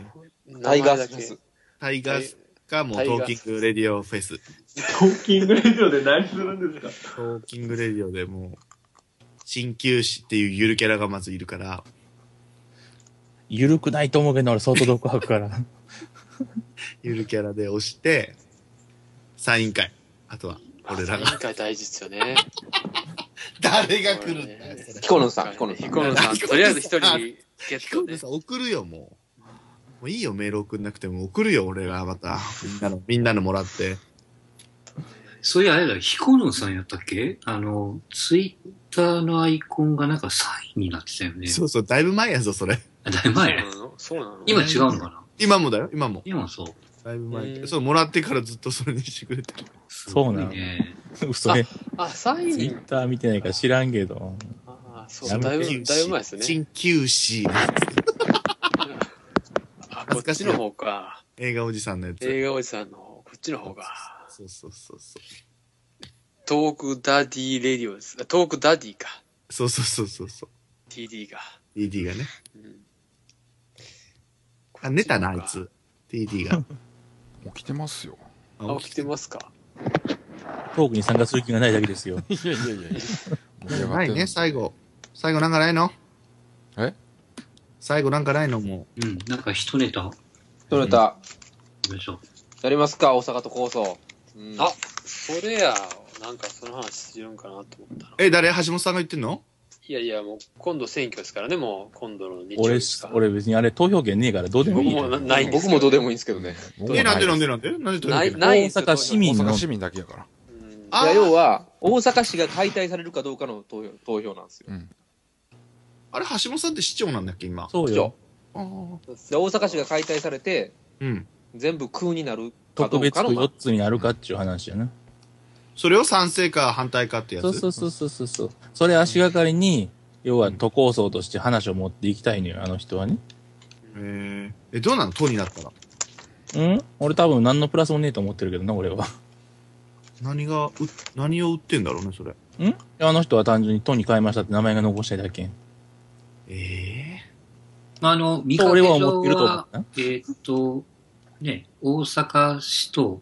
[SPEAKER 4] に。
[SPEAKER 1] タ
[SPEAKER 2] タ
[SPEAKER 1] イガースです。
[SPEAKER 4] タイガースか、もう、
[SPEAKER 2] タイガ
[SPEAKER 4] ト
[SPEAKER 2] ース
[SPEAKER 4] ーキングレディオフェス。
[SPEAKER 9] トーキングレディオで何するんですか
[SPEAKER 4] トーキングレディオでもう、鍼灸師っていうゆるキャラがまずいるから、
[SPEAKER 3] ゆるくないと思うけど、俺相当毒吐くから。 [LAUGHS]
[SPEAKER 4] ゆるキャラで押して、サイン会。あとは、俺らが。
[SPEAKER 2] 何回大事っすよね。
[SPEAKER 4] 誰が来るんだよ、それ。
[SPEAKER 1] ヒコロンさん、ヒコロンさん。
[SPEAKER 2] 彦野さん、とりあえず一人ゲ
[SPEAKER 4] ヒ
[SPEAKER 2] ッ
[SPEAKER 4] コ
[SPEAKER 2] ト
[SPEAKER 4] ロ
[SPEAKER 2] で。
[SPEAKER 4] さん送るよ、もう。もういいよ、メール送んなくても。送るよ、俺がまた。みんなの、みんなのもらって。
[SPEAKER 5] そういや、あれだ、ヒコロンさんやったっけあの、ツイッターのアイコンがなんかサインになってたよね。
[SPEAKER 4] そうそう、だいぶ前やぞ、それ。
[SPEAKER 5] あだいぶ前。
[SPEAKER 2] そうなの
[SPEAKER 5] 今違うのかな
[SPEAKER 4] 今もだよ、今も。
[SPEAKER 5] 今そう。
[SPEAKER 4] だいぶ前。
[SPEAKER 2] うん
[SPEAKER 4] そう、もらってからずっとそれにしてくれてる。
[SPEAKER 3] そうなの
[SPEAKER 5] すごいね。
[SPEAKER 3] 嘘ね。
[SPEAKER 2] あ、サイ
[SPEAKER 3] ツイ
[SPEAKER 2] ン
[SPEAKER 3] ッ。ター見てないから知らんけど。
[SPEAKER 2] あ、そう、だいぶ、だいぶ前ですね。
[SPEAKER 4] 鍼灸師。
[SPEAKER 2] こっちの方か。
[SPEAKER 4] 映画おじさんのやつ。
[SPEAKER 2] 映画おじさんの方、こっちの方が。
[SPEAKER 4] そうそうそうそう。
[SPEAKER 2] トークダディレディオです。トークダディか。
[SPEAKER 4] そうそうそうそうそう。
[SPEAKER 2] TD が。
[SPEAKER 4] TD がね。
[SPEAKER 2] うん
[SPEAKER 4] あ、寝たな、あいつ。TD が。
[SPEAKER 6] 起きてますよ。
[SPEAKER 2] [LAUGHS] あ、起きてますか。
[SPEAKER 3] トークに参加する気がないだけですよ。
[SPEAKER 6] いやいやいやいや。盛り上がってる
[SPEAKER 4] ないね、最後。最後なんかないの
[SPEAKER 6] え
[SPEAKER 4] 最後なんかないのも
[SPEAKER 5] うん、なんか一ネタ、
[SPEAKER 1] 取れた。
[SPEAKER 5] よいしょ。
[SPEAKER 1] やりますか、大阪と構想。うん
[SPEAKER 2] あそれや、なんかその話するんかなと思ったら。
[SPEAKER 4] う。え、誰橋本さんが言ってんの
[SPEAKER 2] いやいや、もう今度選挙ですからね、もう今度の日曜日
[SPEAKER 3] 俺
[SPEAKER 2] で、すから。
[SPEAKER 3] 俺別にあれ投票権ねえからどうでも
[SPEAKER 2] 僕
[SPEAKER 3] いい。
[SPEAKER 2] もなないんです
[SPEAKER 1] 僕
[SPEAKER 2] け
[SPEAKER 1] も
[SPEAKER 2] ど
[SPEAKER 1] どうでもいいんですけどね。
[SPEAKER 6] もう
[SPEAKER 4] え、なんでなん
[SPEAKER 6] で
[SPEAKER 4] でなんでなんで
[SPEAKER 2] な、
[SPEAKER 4] ないい
[SPEAKER 2] ない
[SPEAKER 3] 大
[SPEAKER 2] んですよ
[SPEAKER 3] 阪市民
[SPEAKER 6] 大
[SPEAKER 3] の
[SPEAKER 6] 阪市民だけやから。
[SPEAKER 2] うん
[SPEAKER 4] あ
[SPEAKER 1] いや
[SPEAKER 4] ー
[SPEAKER 1] 要は、大阪市が解体されるかどうかの投票投票なんですよ。
[SPEAKER 6] うん。
[SPEAKER 4] あれ、橋本さんって市長なんだっけ、今。
[SPEAKER 3] そうよ。
[SPEAKER 4] あー
[SPEAKER 1] で大阪市が解体されて、
[SPEAKER 4] うん。
[SPEAKER 1] 全部空になるかど
[SPEAKER 3] 特
[SPEAKER 1] う
[SPEAKER 3] 別
[SPEAKER 1] か
[SPEAKER 3] 区
[SPEAKER 1] の。
[SPEAKER 3] 4つになるかっていう話やな。
[SPEAKER 4] それを賛成か反対かってやつ
[SPEAKER 3] そうそうそうそうそうそう。それ足がかりに、要は都構想として話を持っていきたいのよ、あの人はね。
[SPEAKER 4] へえ。え、どうなの党になったら。
[SPEAKER 3] うん俺多分何のプラスもねえと思ってるけどな、俺は。
[SPEAKER 4] 何が、う何を売ってんだろうね、それ。
[SPEAKER 3] んあの人は単純に都に変えましたって名前が残したいだけ。
[SPEAKER 4] ええ
[SPEAKER 5] まあ、あの、見
[SPEAKER 3] と
[SPEAKER 5] か
[SPEAKER 3] 俺
[SPEAKER 5] け
[SPEAKER 3] は
[SPEAKER 5] 上
[SPEAKER 3] 思ってると思
[SPEAKER 5] は
[SPEAKER 3] う、な。
[SPEAKER 5] えーっと、ね、大阪市と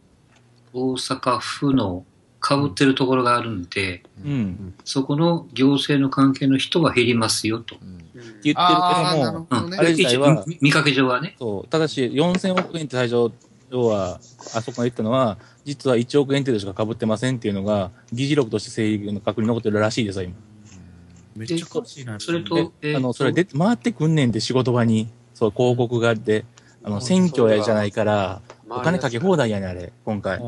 [SPEAKER 5] 大阪府の被ってるところがあるんで、
[SPEAKER 3] うん。
[SPEAKER 5] そこの行政の関係の人は減りますよと。
[SPEAKER 6] うん
[SPEAKER 3] 言ってるけ
[SPEAKER 4] あーな
[SPEAKER 3] ど
[SPEAKER 4] る
[SPEAKER 3] も、
[SPEAKER 4] ほ
[SPEAKER 5] う
[SPEAKER 4] ど
[SPEAKER 5] ん、
[SPEAKER 3] あ
[SPEAKER 4] ね。
[SPEAKER 3] れ自体は
[SPEAKER 5] 見見かけ上はね。
[SPEAKER 3] そう、ただし4000億円って最初、要は、あそこが言ったのは、実は1億円程度しか被ってませんっていうのが、議事録として正義の確認残ってるらしいですよ、今。
[SPEAKER 4] めっ
[SPEAKER 5] で
[SPEAKER 4] ちゃ
[SPEAKER 5] そ
[SPEAKER 4] しいな
[SPEAKER 5] それと、
[SPEAKER 3] で、
[SPEAKER 5] えー
[SPEAKER 3] あ
[SPEAKER 5] っ
[SPEAKER 3] の、
[SPEAKER 5] と
[SPEAKER 3] それで回ってくんねんで仕事場に、そう、広告があって、あの、選挙やじゃないから、お金かけ放題やねん、あれ、今回。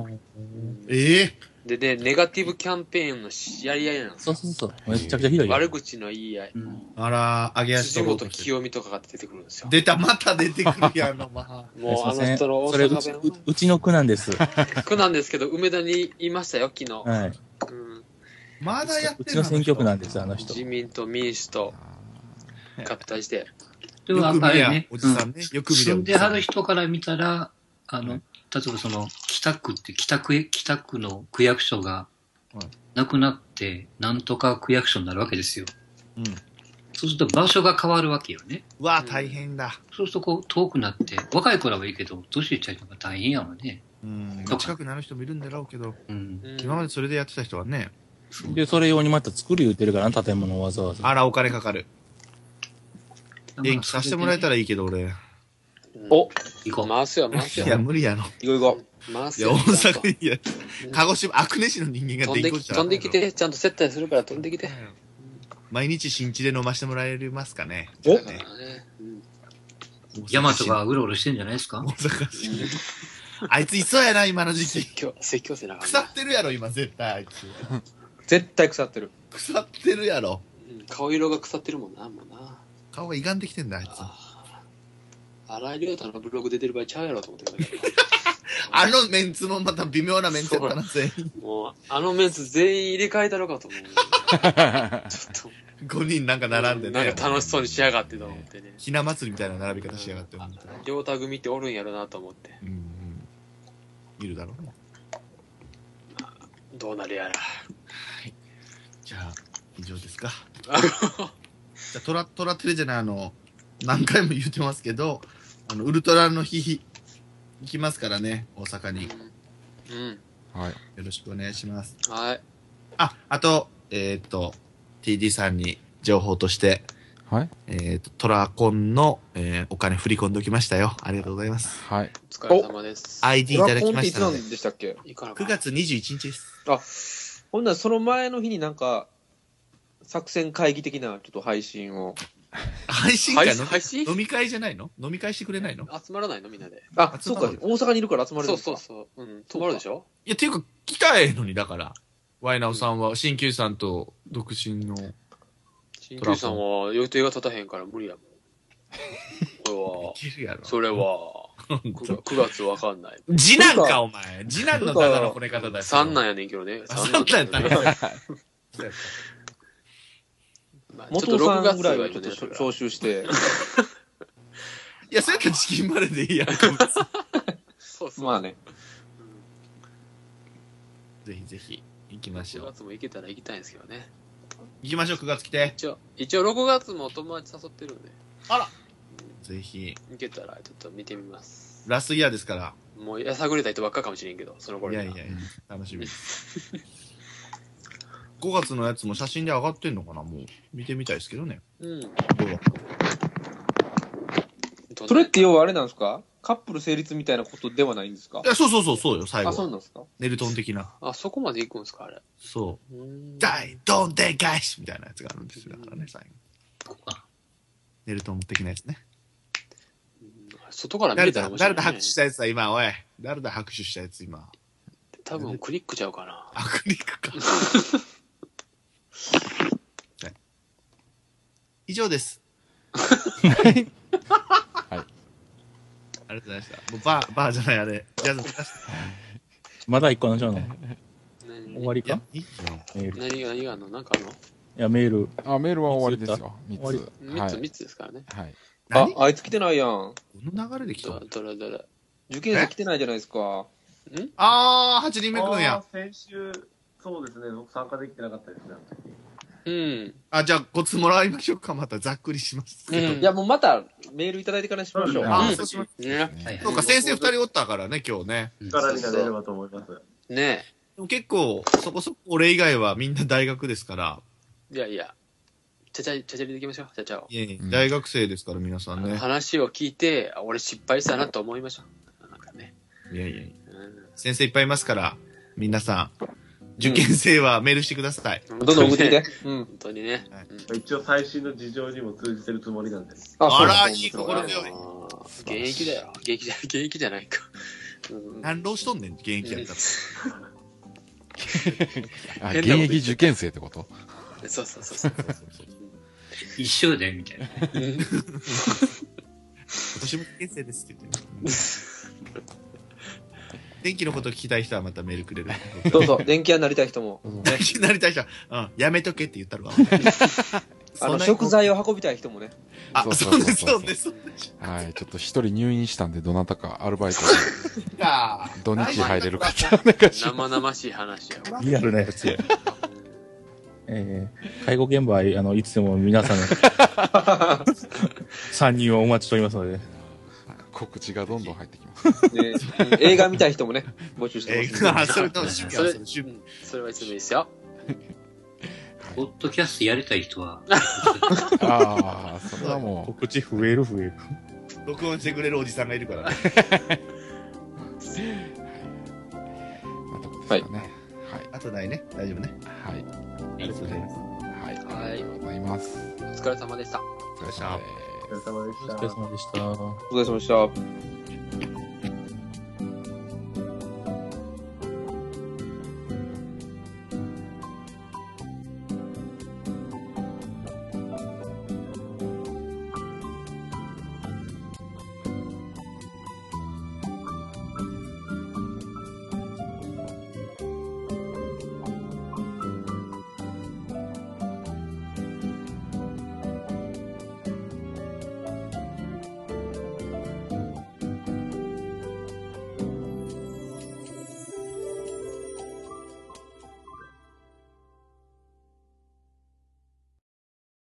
[SPEAKER 4] ええ
[SPEAKER 2] でね、ネガティブキャンペーンのしやり合いなんです
[SPEAKER 3] そう
[SPEAKER 2] よ。
[SPEAKER 3] そうそう、めちゃくちゃひどいよ。
[SPEAKER 2] 悪口の言い合い。
[SPEAKER 5] うん
[SPEAKER 4] あら、揚げ足
[SPEAKER 2] 辻
[SPEAKER 4] 取ろう
[SPEAKER 2] 元
[SPEAKER 4] としてる。
[SPEAKER 2] 清美とかが出てくるんですよ。
[SPEAKER 4] 出た、また出てくるやんの、まあ。
[SPEAKER 2] もうあ
[SPEAKER 3] すいませ
[SPEAKER 2] の
[SPEAKER 3] ん
[SPEAKER 2] 人の大
[SPEAKER 3] それう
[SPEAKER 2] 阪
[SPEAKER 3] ち
[SPEAKER 2] 弁
[SPEAKER 3] ううちの区なんです。
[SPEAKER 2] 区なんですけど、梅田にいましたよ、昨日。
[SPEAKER 3] はい。
[SPEAKER 2] うん
[SPEAKER 4] まだやって
[SPEAKER 3] う
[SPEAKER 4] る
[SPEAKER 3] ちの選挙区なんです、あの人。
[SPEAKER 2] 自民と民主と合体して。
[SPEAKER 5] でも
[SPEAKER 4] よ
[SPEAKER 5] やっ
[SPEAKER 4] く
[SPEAKER 5] ぱ
[SPEAKER 4] 見
[SPEAKER 5] り
[SPEAKER 4] や
[SPEAKER 5] ね、
[SPEAKER 4] おじさんね。よく
[SPEAKER 5] う
[SPEAKER 4] 見
[SPEAKER 5] ん
[SPEAKER 4] りゃ
[SPEAKER 5] 住
[SPEAKER 4] お
[SPEAKER 5] ん
[SPEAKER 4] じ
[SPEAKER 5] で
[SPEAKER 4] さ
[SPEAKER 5] は
[SPEAKER 4] ん
[SPEAKER 5] る人から見たら、あの、例えばその、北区って、北区へ、北区の区役所が
[SPEAKER 6] はい、
[SPEAKER 5] なくなって、なんとか区役所になるわけですよ。
[SPEAKER 6] うん
[SPEAKER 5] そうすると場所が変わるわけよね。
[SPEAKER 4] うわあ、大変だ。
[SPEAKER 5] そうするとこう、遠くなって、若い子らはいいけど、年いっちゃうのが大変やもんね。
[SPEAKER 4] うん
[SPEAKER 5] そっか
[SPEAKER 4] 近くなる人もいるんだろうけど、
[SPEAKER 5] うん。
[SPEAKER 2] うん
[SPEAKER 4] 今までそれでやってた人はね、
[SPEAKER 3] で、それ用にまた作る言ってるからな、建物をわざわざ。
[SPEAKER 4] あら、お金かかる。電気させてもらえたらいいけど、俺。い
[SPEAKER 2] お
[SPEAKER 5] 行こう。
[SPEAKER 2] 回すよ、回すよ。
[SPEAKER 4] や、無理やろ。
[SPEAKER 1] いこういこう。
[SPEAKER 2] 回
[SPEAKER 4] い
[SPEAKER 2] す
[SPEAKER 4] や、
[SPEAKER 2] よ。
[SPEAKER 4] 大
[SPEAKER 2] ちゃんと
[SPEAKER 4] 阪、いや、鹿児島、阿久根市の人間が
[SPEAKER 2] 飛んで
[SPEAKER 4] 電気
[SPEAKER 2] き
[SPEAKER 4] 落ちたら
[SPEAKER 2] 飛んでき。て、ちゃんと接待するから飛んできて。
[SPEAKER 4] 毎日新地で飲ましてもらえますかね。
[SPEAKER 1] お
[SPEAKER 2] だからねうん
[SPEAKER 5] ヤマトがうろうろしてんじゃないですか
[SPEAKER 4] 大阪市。 [LAUGHS] あいついそうやな、今の時期。
[SPEAKER 2] 説教、説教せなあかん
[SPEAKER 4] 腐
[SPEAKER 2] な
[SPEAKER 4] ってるやろ、今、絶対、あいつ。
[SPEAKER 1] 絶対腐ってる。
[SPEAKER 4] 腐ってるやろ。
[SPEAKER 2] うん顔色が腐ってるもんな、もうな。
[SPEAKER 4] 顔が歪んできてんだ、あいつ。
[SPEAKER 2] あー荒井亮太のブログ出てる場合ちゃうやろと思ってたけど
[SPEAKER 4] あのメンツもまた微妙なメンツやったな、全員。
[SPEAKER 2] もう、あのメンツ全員入れ替えたのかと思う。ちょっ
[SPEAKER 4] 5人なんか
[SPEAKER 2] と、
[SPEAKER 4] 並んでね。
[SPEAKER 2] なんか楽しそうにしやがってと思ってね。
[SPEAKER 4] ひな祭りみたいな並び方しやがって、本当に
[SPEAKER 2] 亮太組っておるんやろなと思って。
[SPEAKER 4] うんうん。いるだろうな。
[SPEAKER 2] どうなるやら。
[SPEAKER 4] じゃあ、以上ですか。
[SPEAKER 2] [LAUGHS]
[SPEAKER 4] じゃあ、トラ、トラテレじゃない、あの、何回も言ってますけど、あの、ウルトラの日日、行きますからね、大阪に。よ
[SPEAKER 2] うん。
[SPEAKER 6] はい。
[SPEAKER 4] ろしくお願いします。
[SPEAKER 2] はい。
[SPEAKER 4] あ、あと、えーっと、TD さんに情報として、
[SPEAKER 6] はい。
[SPEAKER 4] えーっと、トラコンの、えーお金振り込んでおきましたよ。ありがとうございます。
[SPEAKER 6] はい。
[SPEAKER 2] お疲れ様です。
[SPEAKER 4] ID い
[SPEAKER 1] ド
[SPEAKER 4] た
[SPEAKER 1] ラ
[SPEAKER 4] だ
[SPEAKER 1] コ
[SPEAKER 4] き
[SPEAKER 1] ンっ
[SPEAKER 4] ま
[SPEAKER 1] ていつ
[SPEAKER 4] した
[SPEAKER 1] な
[SPEAKER 4] ので、
[SPEAKER 1] んでしたっけ
[SPEAKER 2] いいから
[SPEAKER 4] 9月21日です。
[SPEAKER 1] あ、 [LAUGHS] ほんならその前の日になんか、作戦会議的なちょっと配信を。
[SPEAKER 4] 配信
[SPEAKER 2] 配
[SPEAKER 4] 会
[SPEAKER 2] 信
[SPEAKER 4] の
[SPEAKER 2] 配信
[SPEAKER 4] 飲み会じゃないの飲み会してくれないの
[SPEAKER 2] 集まらないのみんなで。
[SPEAKER 1] あ、
[SPEAKER 4] 集
[SPEAKER 1] そう
[SPEAKER 4] まる
[SPEAKER 1] か、大阪にいるから集まれる
[SPEAKER 2] そ
[SPEAKER 1] の
[SPEAKER 2] う
[SPEAKER 1] か
[SPEAKER 2] そうそう。うん。泊まるでしょ
[SPEAKER 4] いや、ていうか、来たええのに、だから。ワイナオさんは、新旧さんと、独身の。
[SPEAKER 2] 新旧さんは予定が立たへんから無理やもん。こ
[SPEAKER 4] けるやろ
[SPEAKER 2] れは、それは、9, 月わかんない。
[SPEAKER 4] 次男か、お前。次男のだのこね方だし。
[SPEAKER 2] 3なんやねんけどね。
[SPEAKER 4] あ。三男やった
[SPEAKER 2] ね [LAUGHS]
[SPEAKER 4] の。か。
[SPEAKER 2] まあちょっ
[SPEAKER 1] 元
[SPEAKER 2] と
[SPEAKER 1] さ
[SPEAKER 2] 6
[SPEAKER 1] ん
[SPEAKER 2] 月
[SPEAKER 1] ぐ
[SPEAKER 2] ぐら
[SPEAKER 1] ら
[SPEAKER 2] いは
[SPEAKER 1] いは
[SPEAKER 2] ち
[SPEAKER 1] ち
[SPEAKER 2] ょ
[SPEAKER 1] ょ
[SPEAKER 2] っ
[SPEAKER 1] っ
[SPEAKER 2] と
[SPEAKER 1] と
[SPEAKER 2] だから
[SPEAKER 1] 招集して、
[SPEAKER 4] いや、それやったらチキンまででい
[SPEAKER 1] [LAUGHS]
[SPEAKER 4] いやん。
[SPEAKER 2] そうそう。
[SPEAKER 1] まあね。
[SPEAKER 4] ぜひぜひ、行きまし
[SPEAKER 2] 9
[SPEAKER 4] ょう。
[SPEAKER 2] 月も行けたら行きたいんですけどね。
[SPEAKER 4] 行きましょう、9月来て。
[SPEAKER 2] 一応、一応6月もお友達誘ってるんで、
[SPEAKER 4] ぜひ。
[SPEAKER 2] 行けたらちょっと見てみます。
[SPEAKER 4] ラスイヤーですから。
[SPEAKER 2] もうやさぐれた人ばっかかもしれんけど、その頃
[SPEAKER 4] い
[SPEAKER 2] に
[SPEAKER 4] や
[SPEAKER 2] はい
[SPEAKER 4] やいや、楽しみ。5月のやつも写真で上がってんのかなもう。見てみたいですけどね。
[SPEAKER 2] うん。
[SPEAKER 4] どうだ
[SPEAKER 2] どんな
[SPEAKER 1] それって要はあれなんですかカップル成立みたいなことではないんですか
[SPEAKER 4] いや、そうそうそう、そうよ、最
[SPEAKER 1] あ、そう
[SPEAKER 4] 後。
[SPEAKER 1] なんですか
[SPEAKER 4] ネルトン的な。
[SPEAKER 2] あ、そこまで行くんですか、あれ。
[SPEAKER 4] そう。
[SPEAKER 2] うーん
[SPEAKER 4] 大どんでん返しみたいなやつがあるんですよ。だからね、最後。
[SPEAKER 5] ここか
[SPEAKER 4] ネルトン的なやつね。
[SPEAKER 2] うん外から見
[SPEAKER 4] 誰
[SPEAKER 2] れたら
[SPEAKER 4] だ、
[SPEAKER 2] 面白い、ね。
[SPEAKER 4] 誰だ拍手したやつだ、今、おい。誰だ拍手したやつ、今。
[SPEAKER 2] 多分クリックちゃうかな。
[SPEAKER 4] アクリルか。はい以上です。はいありがとうございました。もうバー、バーじゃない、あれ。ジャズ、
[SPEAKER 3] まだ一個のしょうの。終
[SPEAKER 2] 何
[SPEAKER 3] わり
[SPEAKER 4] いや
[SPEAKER 3] か、
[SPEAKER 4] いいよ
[SPEAKER 3] メール。い
[SPEAKER 2] 何が、何があんのなんかあんの
[SPEAKER 3] や、メール。
[SPEAKER 6] あ、メールは終わりですよ。
[SPEAKER 3] 三
[SPEAKER 6] 三
[SPEAKER 3] つ言っ
[SPEAKER 6] つ。
[SPEAKER 2] ?3 つ、三つですからね。
[SPEAKER 6] はい。はい。
[SPEAKER 1] あ
[SPEAKER 4] 何、こ
[SPEAKER 1] あいつ来てないやん。
[SPEAKER 4] の流れで来た
[SPEAKER 2] どどれどれ。
[SPEAKER 1] 受験生来てないじゃないですか。
[SPEAKER 4] あー、8人目くんや。
[SPEAKER 9] あー先週、そうですね、僕参加できてなかったですね、あの時
[SPEAKER 2] うん。
[SPEAKER 4] あ、じゃあ、コツもらいましょうか。またざっくりしますけど。
[SPEAKER 2] うん
[SPEAKER 1] いや、もうまたメールいただいてからしましょう。
[SPEAKER 4] あ
[SPEAKER 2] うん
[SPEAKER 4] そうしま
[SPEAKER 2] ね
[SPEAKER 5] はい
[SPEAKER 4] そうか、先生二人おったからね、今日ね。
[SPEAKER 9] 力になれればと思います。
[SPEAKER 2] ね
[SPEAKER 4] でも結構、そこそこ俺以外はみんな大学ですから、
[SPEAKER 2] え。いやいや。ちゃちゃ、ちゃちゃりでいきましょう。ちゃちゃを。
[SPEAKER 4] いえいえ
[SPEAKER 6] うん
[SPEAKER 4] 大学生ですから、皆さんね。
[SPEAKER 2] 話を聞いて、あ俺失敗したなと思いましょう。なんかね。
[SPEAKER 4] いやいやいや
[SPEAKER 2] う
[SPEAKER 4] 先生いっぱいいますから、皆さん、受験生はメールしてください。
[SPEAKER 2] ん。
[SPEAKER 1] どんどん送ってきて。うん。
[SPEAKER 2] 本当にね。
[SPEAKER 4] はい
[SPEAKER 2] うん
[SPEAKER 9] 一応最新の事情にも通じてるつもりなんです。
[SPEAKER 1] あ
[SPEAKER 4] あ
[SPEAKER 1] そう
[SPEAKER 4] ら、
[SPEAKER 1] だ
[SPEAKER 4] いい
[SPEAKER 2] あ
[SPEAKER 4] 心
[SPEAKER 2] ー
[SPEAKER 4] 強い。
[SPEAKER 2] 現役だよ。現役じゃ、現役じゃないか。うん
[SPEAKER 4] 何浪しとんねん、現役やったら。
[SPEAKER 6] あ、
[SPEAKER 2] 変なこと言
[SPEAKER 6] 現
[SPEAKER 2] って
[SPEAKER 6] 役受験生ってこと
[SPEAKER 2] そうそうそうそ
[SPEAKER 1] [LAUGHS]
[SPEAKER 2] う。
[SPEAKER 5] 一緒で、みたいな。
[SPEAKER 2] うん
[SPEAKER 4] 今年も受験生ですって言ってね。天気のこと聞きたい人はまたメールくれる。
[SPEAKER 1] どうぞ、電気屋になりたい人も。
[SPEAKER 4] 天気になりたい人は、うん、やめとけって言っ
[SPEAKER 1] [LAUGHS]
[SPEAKER 4] たるわ。
[SPEAKER 1] あ
[SPEAKER 4] そん
[SPEAKER 1] の、
[SPEAKER 4] な
[SPEAKER 1] 食材を運びたい人もね。
[SPEAKER 4] あ、
[SPEAKER 6] そう
[SPEAKER 4] そうです、
[SPEAKER 6] そ
[SPEAKER 4] そう
[SPEAKER 6] そう
[SPEAKER 4] うです、そう
[SPEAKER 6] はい、ちょっと一人入院したんで、どなたかアルバイト
[SPEAKER 4] ですか。
[SPEAKER 2] [LAUGHS]
[SPEAKER 6] で土日入れる方。
[SPEAKER 2] 生々しい話やわ。
[SPEAKER 3] リアルなやつや。えー、介護現場は、あの、いつでも皆さんの参入をお待ちしておりますので。
[SPEAKER 6] 告知がどんどん入ってきます。
[SPEAKER 1] ねうん映画見たい人もね、募集して
[SPEAKER 4] え
[SPEAKER 1] ますんで。
[SPEAKER 4] ー、それとも趣味
[SPEAKER 2] そ
[SPEAKER 4] は
[SPEAKER 2] れ、
[SPEAKER 4] その趣
[SPEAKER 2] う
[SPEAKER 4] 味。
[SPEAKER 2] んそれはいつもいいですよ。
[SPEAKER 5] ポッドキャストやりたい人は、
[SPEAKER 6] ああ、それはも
[SPEAKER 3] 告知増える増える。
[SPEAKER 4] 録音してくれるおじさんがいるからね。
[SPEAKER 6] う、なんとかですかね。
[SPEAKER 4] あとないね。大丈夫ね。
[SPEAKER 6] はい。はい。
[SPEAKER 4] ありがとうございます。
[SPEAKER 6] は
[SPEAKER 2] はい
[SPEAKER 6] い。ありがとうございます。
[SPEAKER 2] お疲れ様でした。
[SPEAKER 4] お疲れ様でした
[SPEAKER 6] えー
[SPEAKER 9] お疲れ様で
[SPEAKER 3] お
[SPEAKER 9] した
[SPEAKER 3] 疲れ。様でした。
[SPEAKER 1] お疲れ様でした。
[SPEAKER 6] はい。